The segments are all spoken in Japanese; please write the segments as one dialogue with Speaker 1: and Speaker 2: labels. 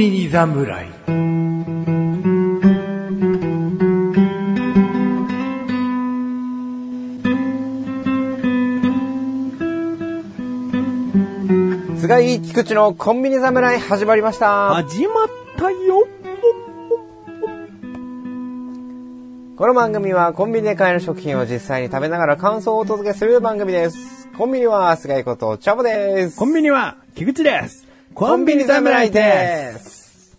Speaker 1: 侍
Speaker 2: 菅井菊池のコンビニ侍始まりました。
Speaker 3: 始まったよ
Speaker 2: この番組はコンビニで買える食品を実際に食べながら感想をお届けする番組です。コンビニは菅井ことチャボです。
Speaker 3: コンビニは、菊池です
Speaker 2: コ。
Speaker 3: コンビニ侍ですす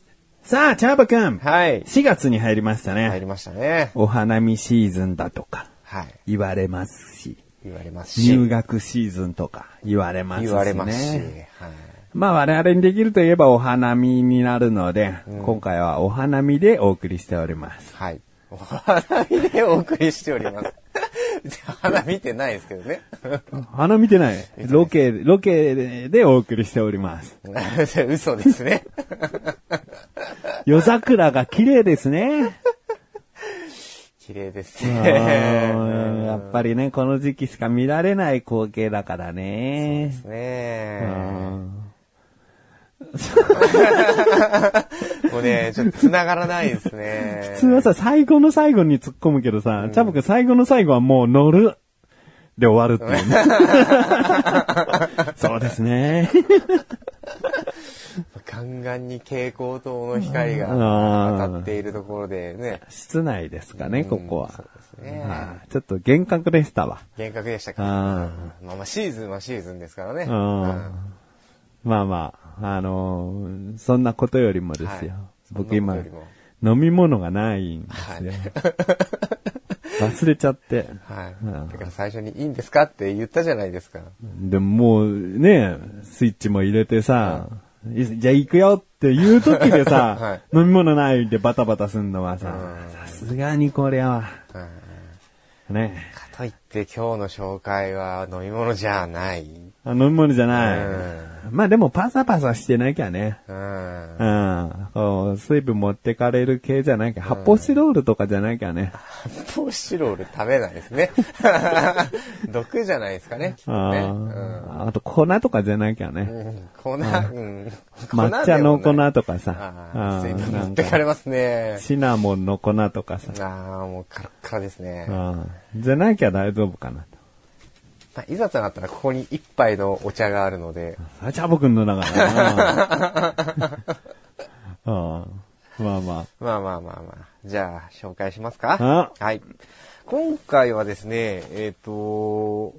Speaker 3: さあ、チャーバくん、
Speaker 2: はい。
Speaker 3: 4月に入りましたね。
Speaker 2: 入りましたね。
Speaker 3: お花見シーズンだとか、
Speaker 2: はい。
Speaker 3: 言われますし、
Speaker 2: 言われますし。
Speaker 3: 入学シーズンとか、言われますし、ね。
Speaker 2: 言われますし。はい。
Speaker 3: まあ我々にできるといえばお花見になるので、今回はお花見でお送りしております。
Speaker 2: はい。お花見でお送りしております。 花見てないですけどね。
Speaker 3: 花見て ない。ロケ、ロケでお送りしております。
Speaker 2: 嘘ですね。
Speaker 3: 夜桜が綺麗ですね。
Speaker 2: 綺麗です
Speaker 3: あ
Speaker 2: ね。
Speaker 3: ーやっぱりね、この時期しか見られない光景だからね。
Speaker 2: ねえ。もうね、ちょっと繋がらないですね。
Speaker 3: 普通はさ、最後の最後に突っ込むけどさ、チャボくん最後の最後はもう乗る。で終わるって いうね。そうですね。
Speaker 2: ガンガンに蛍光灯の光
Speaker 3: あ
Speaker 2: が
Speaker 3: ー
Speaker 2: 当たっているところでね、
Speaker 3: 室内ですかね、ここは。
Speaker 2: そうですね
Speaker 3: はいちょっと幻覚でしたわ。
Speaker 2: 幻覚でしたから。
Speaker 3: あ
Speaker 2: まあまあシーズンはシーズンですからね。
Speaker 3: あまあまあ、あのーそんなことよりもですよ。
Speaker 2: はい
Speaker 3: 僕
Speaker 2: そん
Speaker 3: 今、
Speaker 2: なことよりも
Speaker 3: 飲み物がないんですよ。忘れちゃって。
Speaker 2: は
Speaker 3: うん
Speaker 2: い。だから最初にいいんですかって言ったじゃないですか。
Speaker 3: でももうね、スイッチも入れてさ、いじゃあ行くよって言う時でさ、
Speaker 2: はい
Speaker 3: 飲み物ないでバタバタすんのはさ、さすがにこれは、
Speaker 2: うん
Speaker 3: ね、
Speaker 2: かといって今日の紹介は飲み物じゃない。
Speaker 3: あ飲み物じゃない。
Speaker 2: う
Speaker 3: まあでもパサパサしてなきゃね。
Speaker 2: うん。
Speaker 3: うん。こう水分持ってかれる系じゃなきゃ、発泡スチロールとかじゃなきゃね。
Speaker 2: 発泡スチロール食べないですね。 毒じゃないですかね、きっ
Speaker 3: う
Speaker 2: とね。うん
Speaker 3: んあと粉とかじゃなきゃね。
Speaker 2: うん粉、うん。
Speaker 3: 抹茶の粉
Speaker 2: 粉でもない
Speaker 3: とかさ
Speaker 2: あ。あ、
Speaker 3: う
Speaker 2: 水
Speaker 3: ん
Speaker 2: 分
Speaker 3: な
Speaker 2: 持っ
Speaker 3: ん
Speaker 2: てか
Speaker 3: か
Speaker 2: れますね。
Speaker 3: シナモンの粉とかさ。
Speaker 2: ああ、もうカラッカラですね。
Speaker 3: う
Speaker 2: ま
Speaker 3: んじゃなきゃ大丈夫かなと。
Speaker 2: あ、いざとなったらここに一杯のお茶があるので、
Speaker 3: あ、チャボくんのだからな。うんまあま
Speaker 2: まあまあまあまあ。じゃあ、紹介しますか
Speaker 3: あ。
Speaker 2: はい。今回はですね、えっ、と、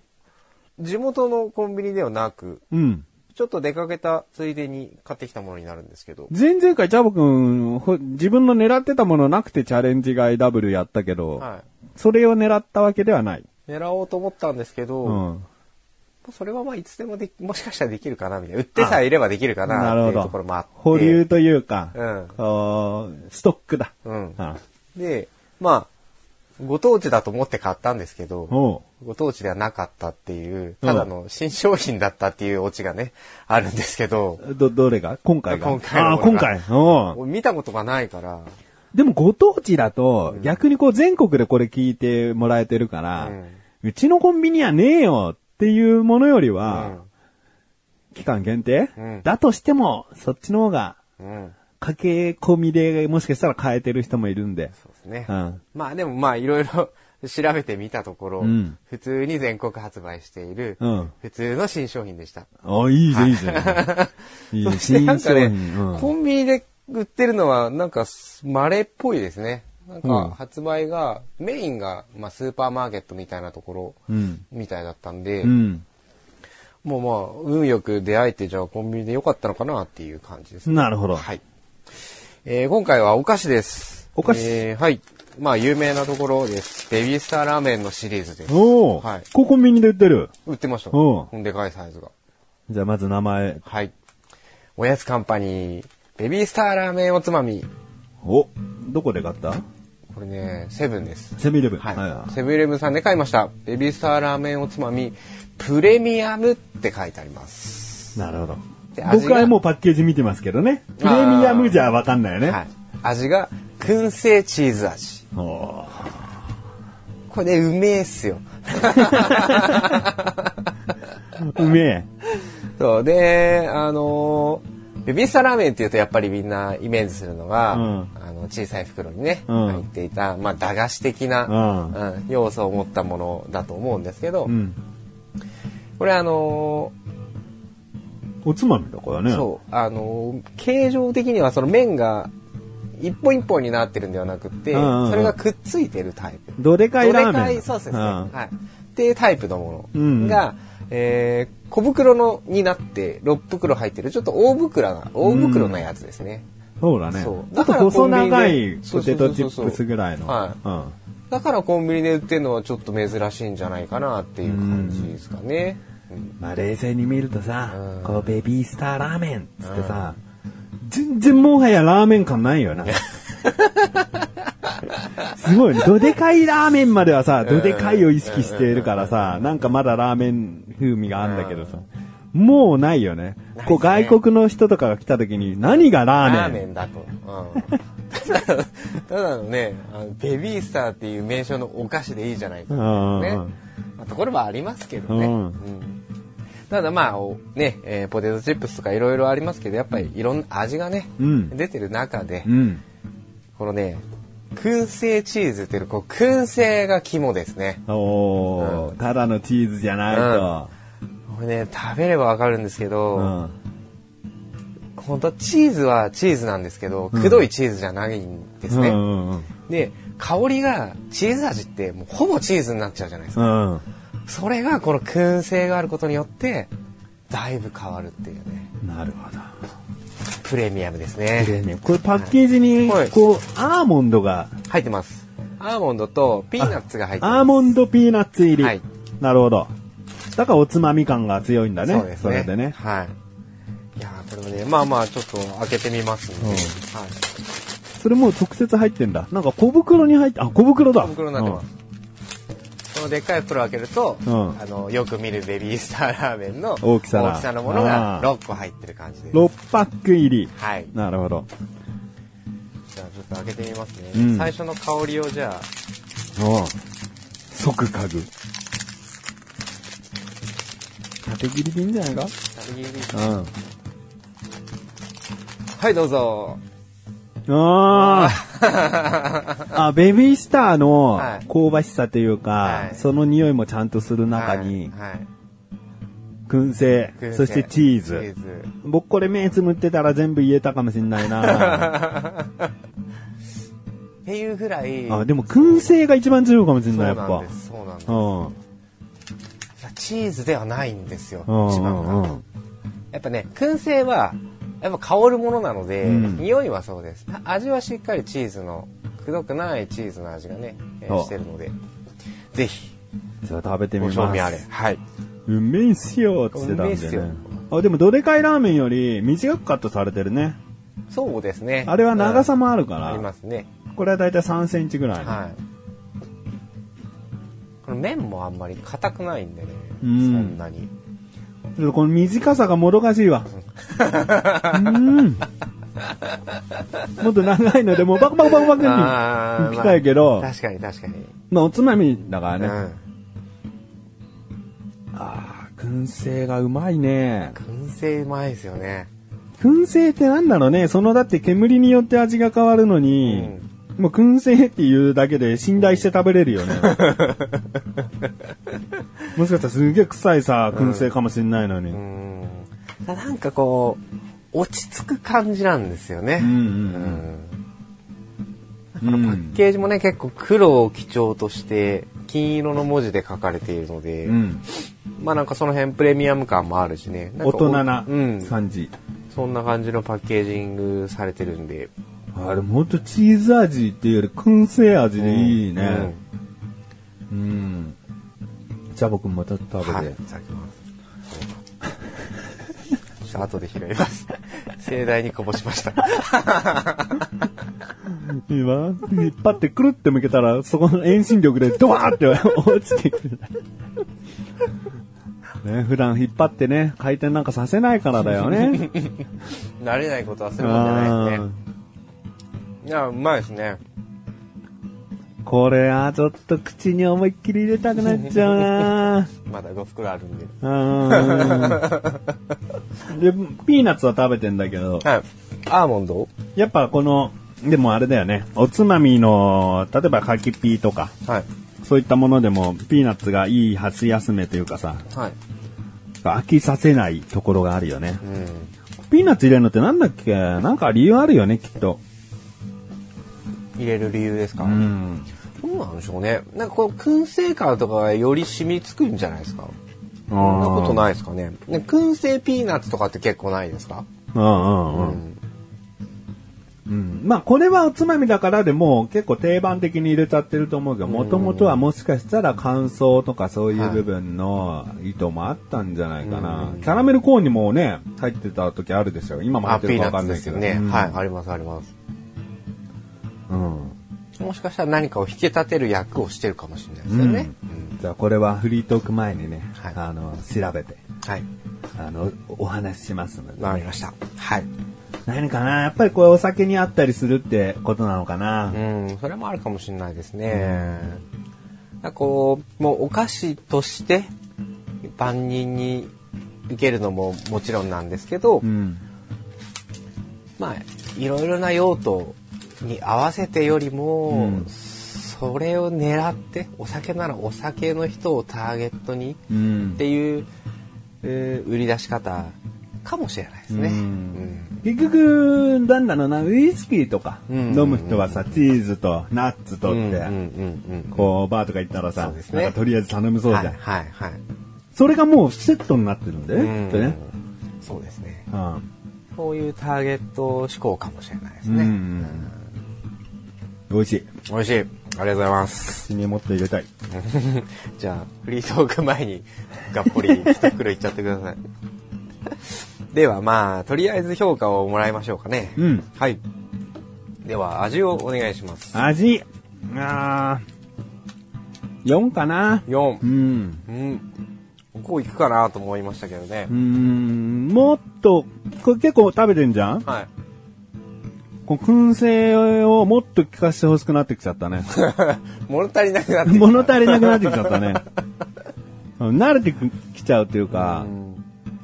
Speaker 2: 地元のコンビニではなく、
Speaker 3: あ。うん。
Speaker 2: ちょっと出かけたついでに買ってきたものになるんですけど、
Speaker 3: 前々回チャボくん、ほ自分の狙ってたものなくてチャレンジ買いダブルやったけど、
Speaker 2: は
Speaker 3: それを狙ったわけではない。
Speaker 2: い。狙おうと思ったんですけど、
Speaker 3: う
Speaker 2: ま
Speaker 3: ん。
Speaker 2: あそれはまあいつでもできもしかしたらできるかなみたいな。売ってさえいればできるかな
Speaker 3: な
Speaker 2: って
Speaker 3: る
Speaker 2: い
Speaker 3: ほ
Speaker 2: う
Speaker 3: ど。
Speaker 2: ところもあって。
Speaker 3: 保留というか、
Speaker 2: うん
Speaker 3: こうストックだ。
Speaker 2: うん。
Speaker 3: あ
Speaker 2: で、まあ、ご当地だと思って買ったんですけど、
Speaker 3: おう
Speaker 2: ご当地ではなかったっていう、
Speaker 3: うん
Speaker 2: ただの新商品だったっていうオチがね、あるんですけど、
Speaker 3: ど、どれが今回が。
Speaker 2: 今回の
Speaker 3: ああ、
Speaker 2: これ
Speaker 3: 今
Speaker 2: が
Speaker 3: 回。おう
Speaker 2: 見たことがないから、
Speaker 3: でもご当地だと、逆にこう全国でこれ聞いてもらえてるから、
Speaker 2: う
Speaker 3: うんちのコンビニはねえよっていうものより
Speaker 2: う
Speaker 3: は
Speaker 2: ん、。
Speaker 3: 期間限定、
Speaker 2: うん
Speaker 3: だとしても、そっちの方が、
Speaker 2: うん。
Speaker 3: 駆け込みでもしかしたら変えてる人もいるんで。
Speaker 2: そうですね。
Speaker 3: うん
Speaker 2: まあでもまあいろいろ 調べてみたところ、
Speaker 3: うん
Speaker 2: 普通に全国発売している、
Speaker 3: うん
Speaker 2: 普通の新商品でした。
Speaker 3: あ、いいじゃん、いい じゃん。いい
Speaker 2: そ
Speaker 3: ね
Speaker 2: してなんかね、
Speaker 3: うん
Speaker 2: コンビニで売ってるのはなんか稀っぽいですね。なん
Speaker 3: うん
Speaker 2: か発売が、メインが、まあ、スーパーマーケットみたいなところ、
Speaker 3: うん
Speaker 2: みたいだったんで、
Speaker 3: うん。
Speaker 2: もうまあ、運よく出会えて、じゃあコンビニでよかったのかなっていう感じですね。
Speaker 3: なるほど。
Speaker 2: はい。えー今回はお菓子です。
Speaker 3: お菓子
Speaker 2: えーはい。まあ、有名なところです。ベビースターラーメンのシリーズです。
Speaker 3: おお、
Speaker 2: はい
Speaker 3: ここコンビニで売ってる。
Speaker 2: 売ってました。
Speaker 3: おう
Speaker 2: でかいサイズが。
Speaker 3: じゃあまず名前。
Speaker 2: はい。おやつカンパニー、ベビースターラーメンおつまみ。
Speaker 3: お、どこで買った
Speaker 2: これね、セブンです。
Speaker 3: セミレブン。
Speaker 2: はい。セブンイレブンさんで買いました。ベビースターラーメンおつまみ、プレミアムって書いてあります。
Speaker 3: なるほど
Speaker 2: で。味
Speaker 3: 僕
Speaker 2: が
Speaker 3: はもうパッケージ見てますけどね。プレミアムじゃわかんないよね。
Speaker 2: はい。味が、燻製チーズ味。
Speaker 3: おお
Speaker 2: これね、うめえっすよ。
Speaker 3: うめえ。
Speaker 2: そう、で、あのーベビースターラーメンっていうとやっぱりみんなイメージするのが、
Speaker 3: うん
Speaker 2: あの小さい袋にね、
Speaker 3: うん
Speaker 2: 入っていた、まあ、駄菓子的な、
Speaker 3: うん
Speaker 2: うん要素を持ったものだと思うんですけど、
Speaker 3: うん。
Speaker 2: これあの
Speaker 3: おつまみだから
Speaker 2: ー
Speaker 3: ね。
Speaker 2: そうあのー形状的にはその麺が一本一本になってるんではなくって、
Speaker 3: うんうんうん
Speaker 2: それがくっついてるタイプ。
Speaker 3: どでかいラーメン。
Speaker 2: どでかいそうですね、
Speaker 3: ん
Speaker 2: はい。っていうタイプのも
Speaker 3: うん
Speaker 2: のが、えー小袋のになって6袋入ってるちょっと大袋な大袋なやつですね、
Speaker 3: そうだね。ちょっ
Speaker 2: そう
Speaker 3: と
Speaker 2: だから
Speaker 3: 細長
Speaker 2: コンビニ
Speaker 3: い
Speaker 2: でそ
Speaker 3: ポ
Speaker 2: うそ
Speaker 3: テ
Speaker 2: うそうそ
Speaker 3: トチッ
Speaker 2: う
Speaker 3: プスぐらいの。
Speaker 2: は
Speaker 3: うん。
Speaker 2: だからコンビニで売ってるのはちょっと珍しいんじゃないかなっていう感じですかね、うん
Speaker 3: まあ冷静に見るとさ、
Speaker 2: うん
Speaker 3: こうベビースターラーメンっつってさ、全然もはやラーメン感ないよな。すごいね。どでかいラーメンまではさ、どでかいを意識しているからさ、なんかまだラーメン風味があるんだけどさ、もうないよね。
Speaker 2: ないっすね
Speaker 3: こう外国の人とかが来た時に何がラーメン
Speaker 2: ラーメンだと、うん、ただただのねあのベビースターっていう名称のお菓子でいいじゃないか
Speaker 3: うん
Speaker 2: ね、まあ、ところはありますけどね、
Speaker 3: うん
Speaker 2: うんただまあおね、えーポテトチップスとかいろいろありますけどやっぱりいろんな味がね、
Speaker 3: うん
Speaker 2: 出てる中で、
Speaker 3: うん。
Speaker 2: このね燻製チーズっていうこう燻製が肝ですね
Speaker 3: おー、ただのチーズじゃないと。
Speaker 2: これね食べればわかるんですけど、
Speaker 3: うん。
Speaker 2: 本当はチーズはチーズなんですけど、くどいチーズじゃないんですね、
Speaker 3: うんうん
Speaker 2: で香りがチーズ味ってもうほぼチーズになっちゃうじゃないですか、
Speaker 3: うん。うん
Speaker 2: それがこの燻製があることによってだいぶ変わるっていうね
Speaker 3: なるほど。
Speaker 2: プレミアムですね
Speaker 3: これパッケージに
Speaker 2: はい、
Speaker 3: こう、アーモンドが、
Speaker 2: 入ってますアーモンドとピーナッツが入ってます
Speaker 3: アーモンドピーナッツ入り。
Speaker 2: はい
Speaker 3: なるほど。だからおつまみ感が強いんだね。
Speaker 2: そうですね
Speaker 3: れでね。
Speaker 2: はいいやーこれもねまあまあちょっと開けてみますんで、
Speaker 3: うん
Speaker 2: はい、
Speaker 3: それもう直接入ってんだ。なんか小袋に入って、あ、小袋だ。
Speaker 2: 小袋になってます、このでっかい袋を開けると、
Speaker 3: うん
Speaker 2: あのよく見るベビースターラーメンの
Speaker 3: 大きさが
Speaker 2: のもの
Speaker 3: あ
Speaker 2: が
Speaker 3: ー
Speaker 2: 6個入ってる感じです
Speaker 3: うん。6パック入り。
Speaker 2: はい
Speaker 3: なるほど。
Speaker 2: じゃあちょっと開けてみますね、
Speaker 3: うん
Speaker 2: 最初の香りをじゃあ
Speaker 3: おう即嗅ぐ。縦切りでいいんじゃないか
Speaker 2: 食べ切りでいいですか
Speaker 3: うん。
Speaker 2: はいどうぞ
Speaker 3: あ あ。あ、ベビースターの
Speaker 2: はい
Speaker 3: 香ばしさというか、
Speaker 2: はい
Speaker 3: その匂いもちゃんとする中に、
Speaker 2: はいはい
Speaker 3: 燻製、
Speaker 2: 燻製
Speaker 3: そしてチー
Speaker 2: チ
Speaker 3: ズ。
Speaker 2: ーズ
Speaker 3: 僕これ目つむってたら全部言えたかもしんない な
Speaker 2: っていうぐらい
Speaker 3: あ、でも燻製が一番強いかもしん
Speaker 2: そう
Speaker 3: ない、やっ
Speaker 2: なん
Speaker 3: ぱ
Speaker 2: で。すそうなんです
Speaker 3: う
Speaker 2: い
Speaker 3: ん。
Speaker 2: やチーズではないんですよ
Speaker 3: うん
Speaker 2: 一番
Speaker 3: うんう
Speaker 2: が
Speaker 3: ん
Speaker 2: やっぱね燻製はやっぱ香るものなので、
Speaker 3: うん
Speaker 2: 匂いはそうですあ味はしっかりチーズのくどくないチーズの味がね、えー
Speaker 3: そう
Speaker 2: してるのでぜひ
Speaker 3: じゃあ食べてみ
Speaker 2: ご
Speaker 3: ます。
Speaker 2: 賞味あれはいう
Speaker 3: めえっすよっつってたん
Speaker 2: うめえっ
Speaker 3: ですね
Speaker 2: よ。
Speaker 3: あ、でもどでかいラーメンより短くカットされてるね。
Speaker 2: そうですね
Speaker 3: あれは長さ
Speaker 2: も
Speaker 3: もあるか
Speaker 2: あり
Speaker 3: ら、
Speaker 2: ますね
Speaker 3: これはだいたい3センチぐらいの。
Speaker 2: はい。この麺もあんまり硬くないんでね。
Speaker 3: う
Speaker 2: そ
Speaker 3: ん
Speaker 2: んなに。
Speaker 3: ちょっとこの短さがもどかしいわ。うん。もっと長いので、もうバクバクバクバクに
Speaker 2: あー
Speaker 3: 行きたいけど
Speaker 2: まあ確かに確かに。
Speaker 3: まあ、おつまみだから
Speaker 2: う
Speaker 3: ね。
Speaker 2: ん。
Speaker 3: ああ、燻製がうまいね。
Speaker 2: 燻製うまいですよね。
Speaker 3: 燻製ってなんだろうね。その、だって煙によって味が変わるのに、もう燻製っていうだけで信頼して食べれるよね。もしかしたらすげえ臭いさ、燻製かもしれないのに。
Speaker 2: うーん。ただなんかこう、落ち着く感じなんですよね。
Speaker 3: うんうん
Speaker 2: うんだからパッケージもね、結構黒を基調として、金色の文字で書かれているので、
Speaker 3: うん。
Speaker 2: まあなんかその辺プレミアム感もあるしね。ん
Speaker 3: 大
Speaker 2: か
Speaker 3: 人な
Speaker 2: うん。
Speaker 3: 感じ。
Speaker 2: そんな感じのパッケージングされてるんで。
Speaker 3: あれ、もっとチーズ味っていうより燻製味でいいね。うん。じゃあ僕もちょっと食べ
Speaker 2: はい、
Speaker 3: て。
Speaker 2: いただきます。ちょっと後で拾います。盛大にこぼしました。
Speaker 3: 今、引っ張ってくるって向けたら、そこの遠心力でドワーって落ちてくる。ね、普段引っ張ってね、回転なんかさせないからだよね。
Speaker 2: 慣れないことはするもんじゃないです
Speaker 3: あ
Speaker 2: ね。いや、うまいですね。
Speaker 3: ーこれはちょっと口に思いっきり入れたくなっちゃうな
Speaker 2: まだ5袋あるんで。
Speaker 3: うんうんうんで、ピーナッツは食べてんだけど、
Speaker 2: はい。アーモンド
Speaker 3: やっぱこの、でもあれだよね、おつまみの、例えば柿ピーとか、
Speaker 2: はい。
Speaker 3: そういったものでも、ピーナッツがいい箸休めというかさ、
Speaker 2: はい。
Speaker 3: 飽きさせないところがあるよね。
Speaker 2: うん。
Speaker 3: ピーナッツ入れるのってなんだっけなんか理由あるよね、きっと。
Speaker 2: 入れる理由ですか、
Speaker 3: うん。
Speaker 2: どうなんでしょうね。なんかこう、燻製感とかがより染みつくんじゃないですか
Speaker 3: そ
Speaker 2: そんなこと
Speaker 3: い。
Speaker 2: ないですかね。ね燻製ピーナッツとかって結構ないですか
Speaker 3: うんうん
Speaker 2: う
Speaker 3: うん。
Speaker 2: ん。
Speaker 3: うんまあこれはおつまみだからでも結構定番的に入れちゃってると思うけど、もともとはもしかしたら乾燥とかそういう部分の意図もあったんじゃないかな。キャラメルコーンにもね、入ってた時あるでしょ。今も入
Speaker 2: あ、
Speaker 3: って
Speaker 2: ピ
Speaker 3: る
Speaker 2: ー
Speaker 3: か
Speaker 2: ナ
Speaker 3: わかん
Speaker 2: ッツ
Speaker 3: な
Speaker 2: で
Speaker 3: い
Speaker 2: す
Speaker 3: け
Speaker 2: よ
Speaker 3: ど。
Speaker 2: ね。
Speaker 3: うん
Speaker 2: はい、ありますあります。
Speaker 3: うん。
Speaker 2: もしかしたら何かを引き立てる役をしてるかもしれないですよね。うん
Speaker 3: じゃあこれはフリートーク前にね、
Speaker 2: はい
Speaker 3: あの、調べて、
Speaker 2: はい。
Speaker 3: あの、お話ししますので。
Speaker 2: わかりました。はい。
Speaker 3: 何かなやっぱりこれお酒に合ったりするってことなのかな。
Speaker 2: うん、それもあるかもしれないですね。なんかこう、もうお菓子として万人に受けるのももちろんなんですけど、
Speaker 3: うん。
Speaker 2: まあ、いろいろな用途に合わせてよりも、
Speaker 3: うん
Speaker 2: それを狙って、お酒ならお酒の人をターゲットに
Speaker 3: う
Speaker 2: っ
Speaker 3: ん。
Speaker 2: ていう、えー売り出し方かもしれないですね。
Speaker 3: う
Speaker 2: うんん
Speaker 3: 結局、なんだろうな、ウイスキーとか、
Speaker 2: うん
Speaker 3: 飲む人はさ、チーズとナッツとっ
Speaker 2: う
Speaker 3: て、
Speaker 2: んうんうん
Speaker 3: こう、バーとか行ったら
Speaker 2: そ
Speaker 3: さ、
Speaker 2: うですね。
Speaker 3: なんかとりあえず頼むそううんじゃ
Speaker 2: は
Speaker 3: ん。
Speaker 2: いはいはい。
Speaker 3: それがもうセットになってるんだよ
Speaker 2: う
Speaker 3: ね、き
Speaker 2: ん
Speaker 3: っとね。
Speaker 2: そうですね。
Speaker 3: うん
Speaker 2: そういうターゲット志向かもしれないですね。
Speaker 3: う
Speaker 2: うんん
Speaker 3: 美味しい。
Speaker 2: 美味しい。ありがとうございます。
Speaker 3: 口にもっと入れたい。
Speaker 2: じゃあ、フリートーク前にがっぽり一袋いっちゃってください。 では、まあ、とりあえず評価をもらいましょうかね。
Speaker 3: うん
Speaker 2: はい。では、味をお願いします。
Speaker 3: 味、あー、4かな。
Speaker 2: 4
Speaker 3: う。ん。
Speaker 2: うん。こういくかなと思いましたけどね
Speaker 3: うー。ん、もっと、これ結構食べてんじゃん
Speaker 2: はい。
Speaker 3: こう燻製をもっと効かせてほしくなってきちゃった ね。
Speaker 2: 物足りなくなってき た
Speaker 3: 物足りなくなってきちゃった ね。うん慣れてきちゃうっていうか、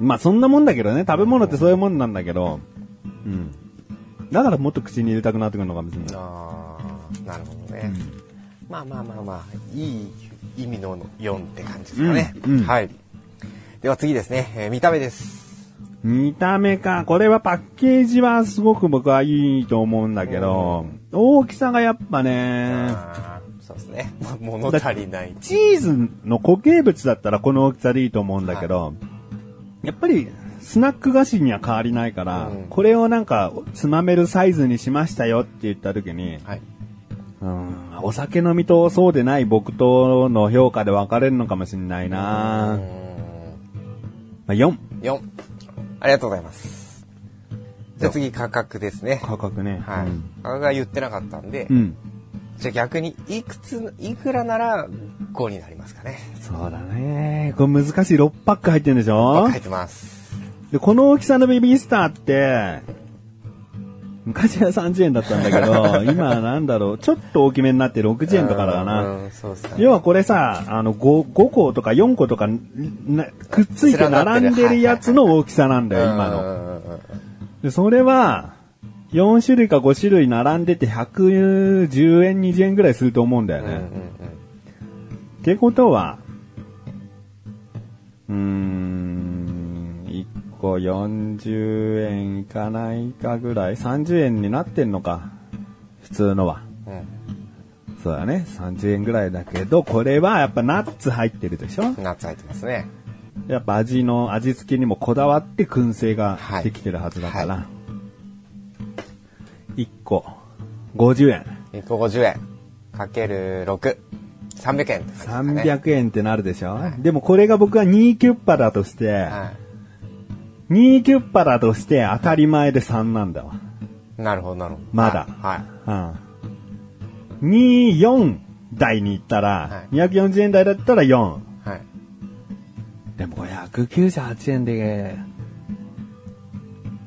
Speaker 3: まあそんなもんだけどね、食べ物ってそういうもんなんだけど、うん。だからもっと口に入れたくなってくるのかもしれない。
Speaker 2: あーなるほどね、まあまあまあまあいい意味の4って感じですかね、
Speaker 3: うんうん
Speaker 2: はいでは次ですね、えー見た目です
Speaker 3: 見た目か、これはパッケージはすごく僕はいいと思うんだけど、大きさがやっぱね、
Speaker 2: あーそうですねまあ物足りない
Speaker 3: チーズの固形物だったらこの大きさでいいと思うんだけど、やっぱりスナック菓子には変わりないから、
Speaker 2: うん
Speaker 3: これをなんかつまめるサイズにしましたよって言った時に、
Speaker 2: はい
Speaker 3: うん、お酒飲みとそうでない僕との評価で分かれるのかもしれないな、まあ、4。
Speaker 2: 4ありがとうございますじゃあ次価格ですね
Speaker 3: 価格ね。
Speaker 2: はい、
Speaker 3: うん
Speaker 2: 価格が言ってなかったんで、
Speaker 3: うん。
Speaker 2: じゃあ逆にいくついくらなら5になりますかね
Speaker 3: そうだね。これ難しい。6パック入ってるんでしょ
Speaker 2: 書いてます
Speaker 3: で、この大きさのベビースターって、昔は30円だったんだけど、 今はなんだろう、ちょっと大きめになって60円とかだな。
Speaker 2: うんそうっすかね
Speaker 3: 要はこれさ、あの5、5個とか4個とかな、くっついて並んでるやつの大きさなんだよ、今の。
Speaker 2: の
Speaker 3: で、それは、4種類か5種類並んでて110円、20円ぐらいすると思うんだよね。ってことは、うーん、1個40円いかないかぐらい、30円になってんのか。普通のは。そうだね、30円ぐらいだけど、これはやっぱナッツ入ってるでしょ
Speaker 2: ナッツ入ってますね。
Speaker 3: やっぱ味の、味付けにもこだわって燻製ができてるはずだから。
Speaker 2: は
Speaker 3: 1個、50円。
Speaker 2: 1個50円。かける6。300円って感じですかね。
Speaker 3: 300円ってなるでしょ、でもこれが僕は2キュッパだとして、
Speaker 2: は
Speaker 3: 2キュッパだとして当たり前で3なんだわ。
Speaker 2: い。なるほど、なるほど。
Speaker 3: まだ
Speaker 2: はい。はい
Speaker 3: うん。2、4台に行ったら
Speaker 2: は、
Speaker 3: 240円台だったら4。
Speaker 2: はい。
Speaker 3: でも598円で、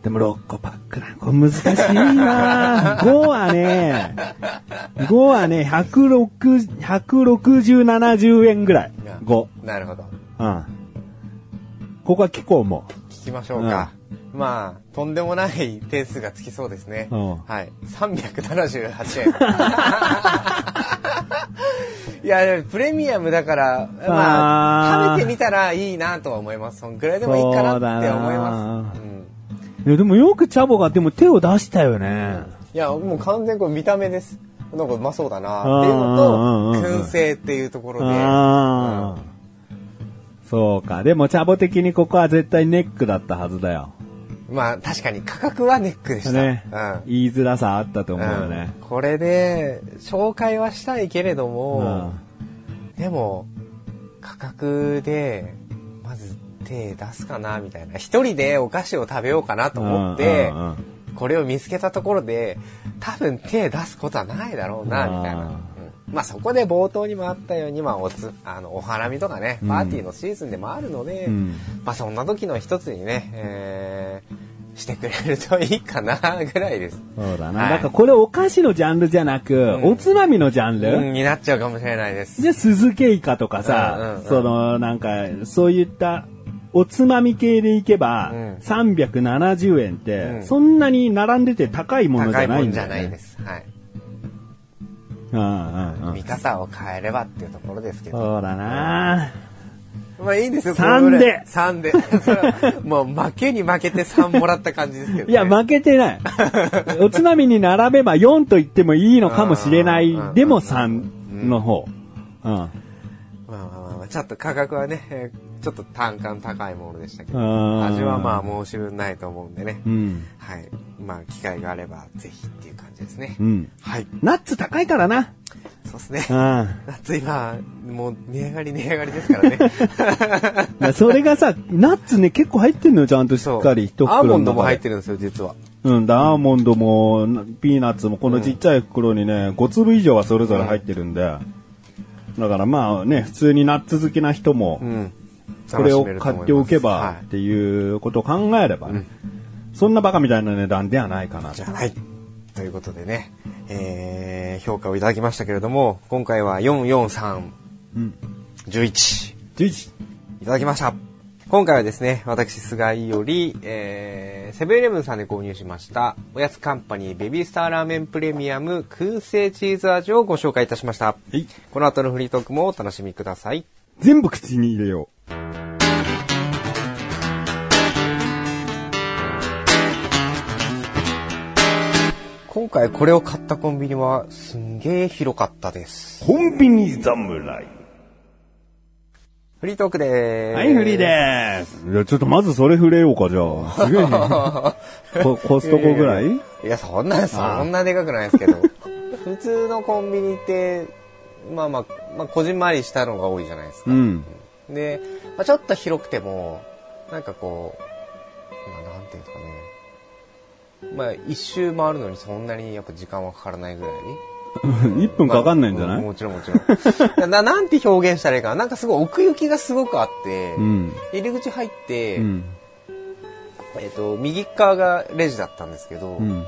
Speaker 3: でも6個パックだ。これ難しい な5はね、5はね、160、160、70円ぐらい。5。
Speaker 2: なるほど。
Speaker 3: うん。ここは聞こうもう。
Speaker 2: 聞ききましょうか。まあ、とんでもない 点数がつきそうですね。
Speaker 3: うん
Speaker 2: はい。378円。い や、プレミアムだから、ま
Speaker 3: あー
Speaker 2: あ、食べてみたらいいなとは思います。そんくらいでもいいかなって思いま
Speaker 3: そ
Speaker 2: す。うん
Speaker 3: いやでもよくチャボがでも手を出したよね。
Speaker 2: いや、もう完全にこれ見た目です。なんかうまそうだなっていう
Speaker 3: うんうんうんうん
Speaker 2: のと、燻製っていうところで。
Speaker 3: ああ。そうか。でもチャボ的にここは絶対ネックだったはずだよ。
Speaker 2: まあ確かに価格はネックでした。
Speaker 3: ね。
Speaker 2: うん
Speaker 3: 言いづらさあったと思うよね。
Speaker 2: うんこれで紹介はしたいけれども、でも価格でまず手出すかなみたいな一人でお菓子を食べようかなと思って
Speaker 3: うんうんうん
Speaker 2: これを見つけたところで多分手出すことはないだろうな
Speaker 3: うん
Speaker 2: みたいな、うんまあそこで冒頭にもあったように、まあ、おつあのお花見とかね
Speaker 3: うん
Speaker 2: パーティーのシーズンでもあるので、
Speaker 3: うん
Speaker 2: まあそんな時の一つにね、えーしてくれるといいかなぐらいです。
Speaker 3: そうだ
Speaker 2: は
Speaker 3: な。
Speaker 2: い
Speaker 3: だからこれお菓子のジャンルじゃなく、
Speaker 2: ん
Speaker 3: おつまみのジャンル、
Speaker 2: うんになっちゃうかもしれないです。
Speaker 3: で、鈴ケイカとか
Speaker 2: うんうん
Speaker 3: さ
Speaker 2: う、ん
Speaker 3: その、なんか、そういった、おつまみ系でいけば、
Speaker 2: うん
Speaker 3: 370円って、
Speaker 2: うん
Speaker 3: そんなに並んでて高いものじ
Speaker 2: 高
Speaker 3: ゃ
Speaker 2: いも
Speaker 3: ないん
Speaker 2: んじ
Speaker 3: だよ、
Speaker 2: ゃ
Speaker 3: ね。
Speaker 2: ないです。はい。
Speaker 3: うんうんうん
Speaker 2: 見方を変えればっていうところですけど。
Speaker 3: そうだな
Speaker 2: まあいいんですよ、
Speaker 3: 三で
Speaker 2: 3で。 それはもう負けに負けて3もらった感じですけど、ね。
Speaker 3: いや、負けてない。おつまみに並べば4と言ってもいいのかもしれない
Speaker 2: うん。
Speaker 3: でも3の方。うん。
Speaker 2: まあまあまあまあ、ちょっと価格はね、えーちょっと単価の高いものでしたけど、
Speaker 3: うん
Speaker 2: 味はまあ申し分ないと思うんでね。
Speaker 3: うん。
Speaker 2: はい。まあ、機会があればぜひっていう感じですね。
Speaker 3: うん。
Speaker 2: はい。
Speaker 3: ナッツ高いからな。
Speaker 2: そうですね
Speaker 3: う。ん。
Speaker 2: だって今、もう値上がり値上がりですか らね。
Speaker 3: まあそれがさ、 ナッツね、結構入ってんのよ、ちゃんとしっかり一袋。
Speaker 2: アーモンドも入っててるんですよ、実は。
Speaker 3: うんだ、アーモンドも、ピーナッツも、このちっちゃい袋にね、5粒以上はそれぞれ入ってるんで。だからまあね、普通にナッツ好きな人も、
Speaker 2: うん。
Speaker 3: これを買っておけ
Speaker 2: は
Speaker 3: ば
Speaker 2: い
Speaker 3: っていうことを考えればね、そんなバカみたいな値段ではないかな
Speaker 2: じ
Speaker 3: と。
Speaker 2: ゃない。ということでね、えー、評価をいただきましたけれども、今回は443、
Speaker 3: うん。
Speaker 2: 11、
Speaker 3: 11。
Speaker 2: いただきました。今回はですね、私、菅井より、えー、セブンイレブンさんで購入しました、おやつカンパニーベビースターラーメンプレミアム燻製チーズ味をご紹介いたしました。
Speaker 3: はい
Speaker 2: この後のフリートークもお楽しみください。
Speaker 3: 全部口に入れよう。
Speaker 2: 今回これを買ったコンビニはすんげー広かったです。
Speaker 3: コンビニ侍。
Speaker 2: フリートークでーす。
Speaker 3: はい、フリーです。いや、ちょっとまずそれ触れようか、じゃあ。すげえね。ココストコぐらい、
Speaker 2: いや、そんな、そんなでかくないですけど。 普通のコンビニって、まあまあ、まあ、こじんまりしたのが多いじゃないですか。
Speaker 3: うん。
Speaker 2: で、まあ、ちょっと広くても、なんかこう、まあ、なんていうんですかね。まあ、一周回るのにそんなにやっぱ時間はかからないぐらいに。
Speaker 3: 1分かかんないんじゃな
Speaker 2: まあう
Speaker 3: い
Speaker 2: もちろんもちろん。な なんて表現したらいいかな。なんかすごい奥行きがすごくあって、
Speaker 3: うん。
Speaker 2: 入り口入って、
Speaker 3: うん。
Speaker 2: えっと、右側がレジだったんですけど、
Speaker 3: うん。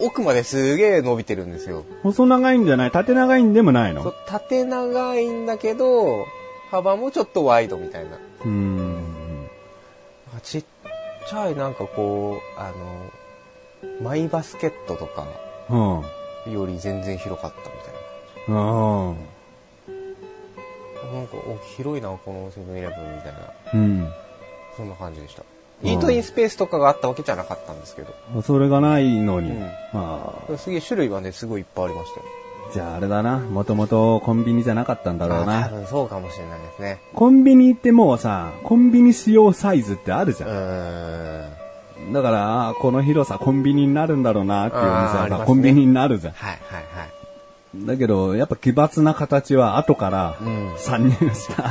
Speaker 2: 奥まですげえ伸びてるんですよ。
Speaker 3: 細長いんじゃない縦長いんでもない
Speaker 2: そう
Speaker 3: の
Speaker 2: 縦長いんだけど、幅もちょっとワイドみたいな。
Speaker 3: うん。
Speaker 2: あちっちゃいなんかこう、あの、マイバスケットとか
Speaker 3: うん。あ
Speaker 2: より全然広かったみ
Speaker 3: あ。
Speaker 2: たいな。なんか、お、広いな、このセブンイレブンみたいな。
Speaker 3: うん。
Speaker 2: そんな感じでした。
Speaker 3: うん
Speaker 2: イートインスペースとかがあったわけじゃなかったんですけど。
Speaker 3: それがないのに。
Speaker 2: うん
Speaker 3: ああ。
Speaker 2: すげえ種類はね、すごいいっぱいありましたよ。
Speaker 3: じゃああれだな。もともとコンビニじゃなかったんだろう
Speaker 2: あ多
Speaker 3: な。
Speaker 2: 分そうかもしれないですね。
Speaker 3: コンビニってもうさ、コンビニ使用サイズってあるじ
Speaker 2: う
Speaker 3: ゃん。
Speaker 2: ーん。
Speaker 3: だから、ああこの広さコンビニになるんだろうなっていうお店
Speaker 2: あああ
Speaker 3: は
Speaker 2: りま
Speaker 3: さ、
Speaker 2: すね
Speaker 3: コンビニになるじゃ
Speaker 2: はいはいはい。
Speaker 3: ん。だけど、やっぱ奇抜な形は後から
Speaker 2: うん
Speaker 3: 参入 した、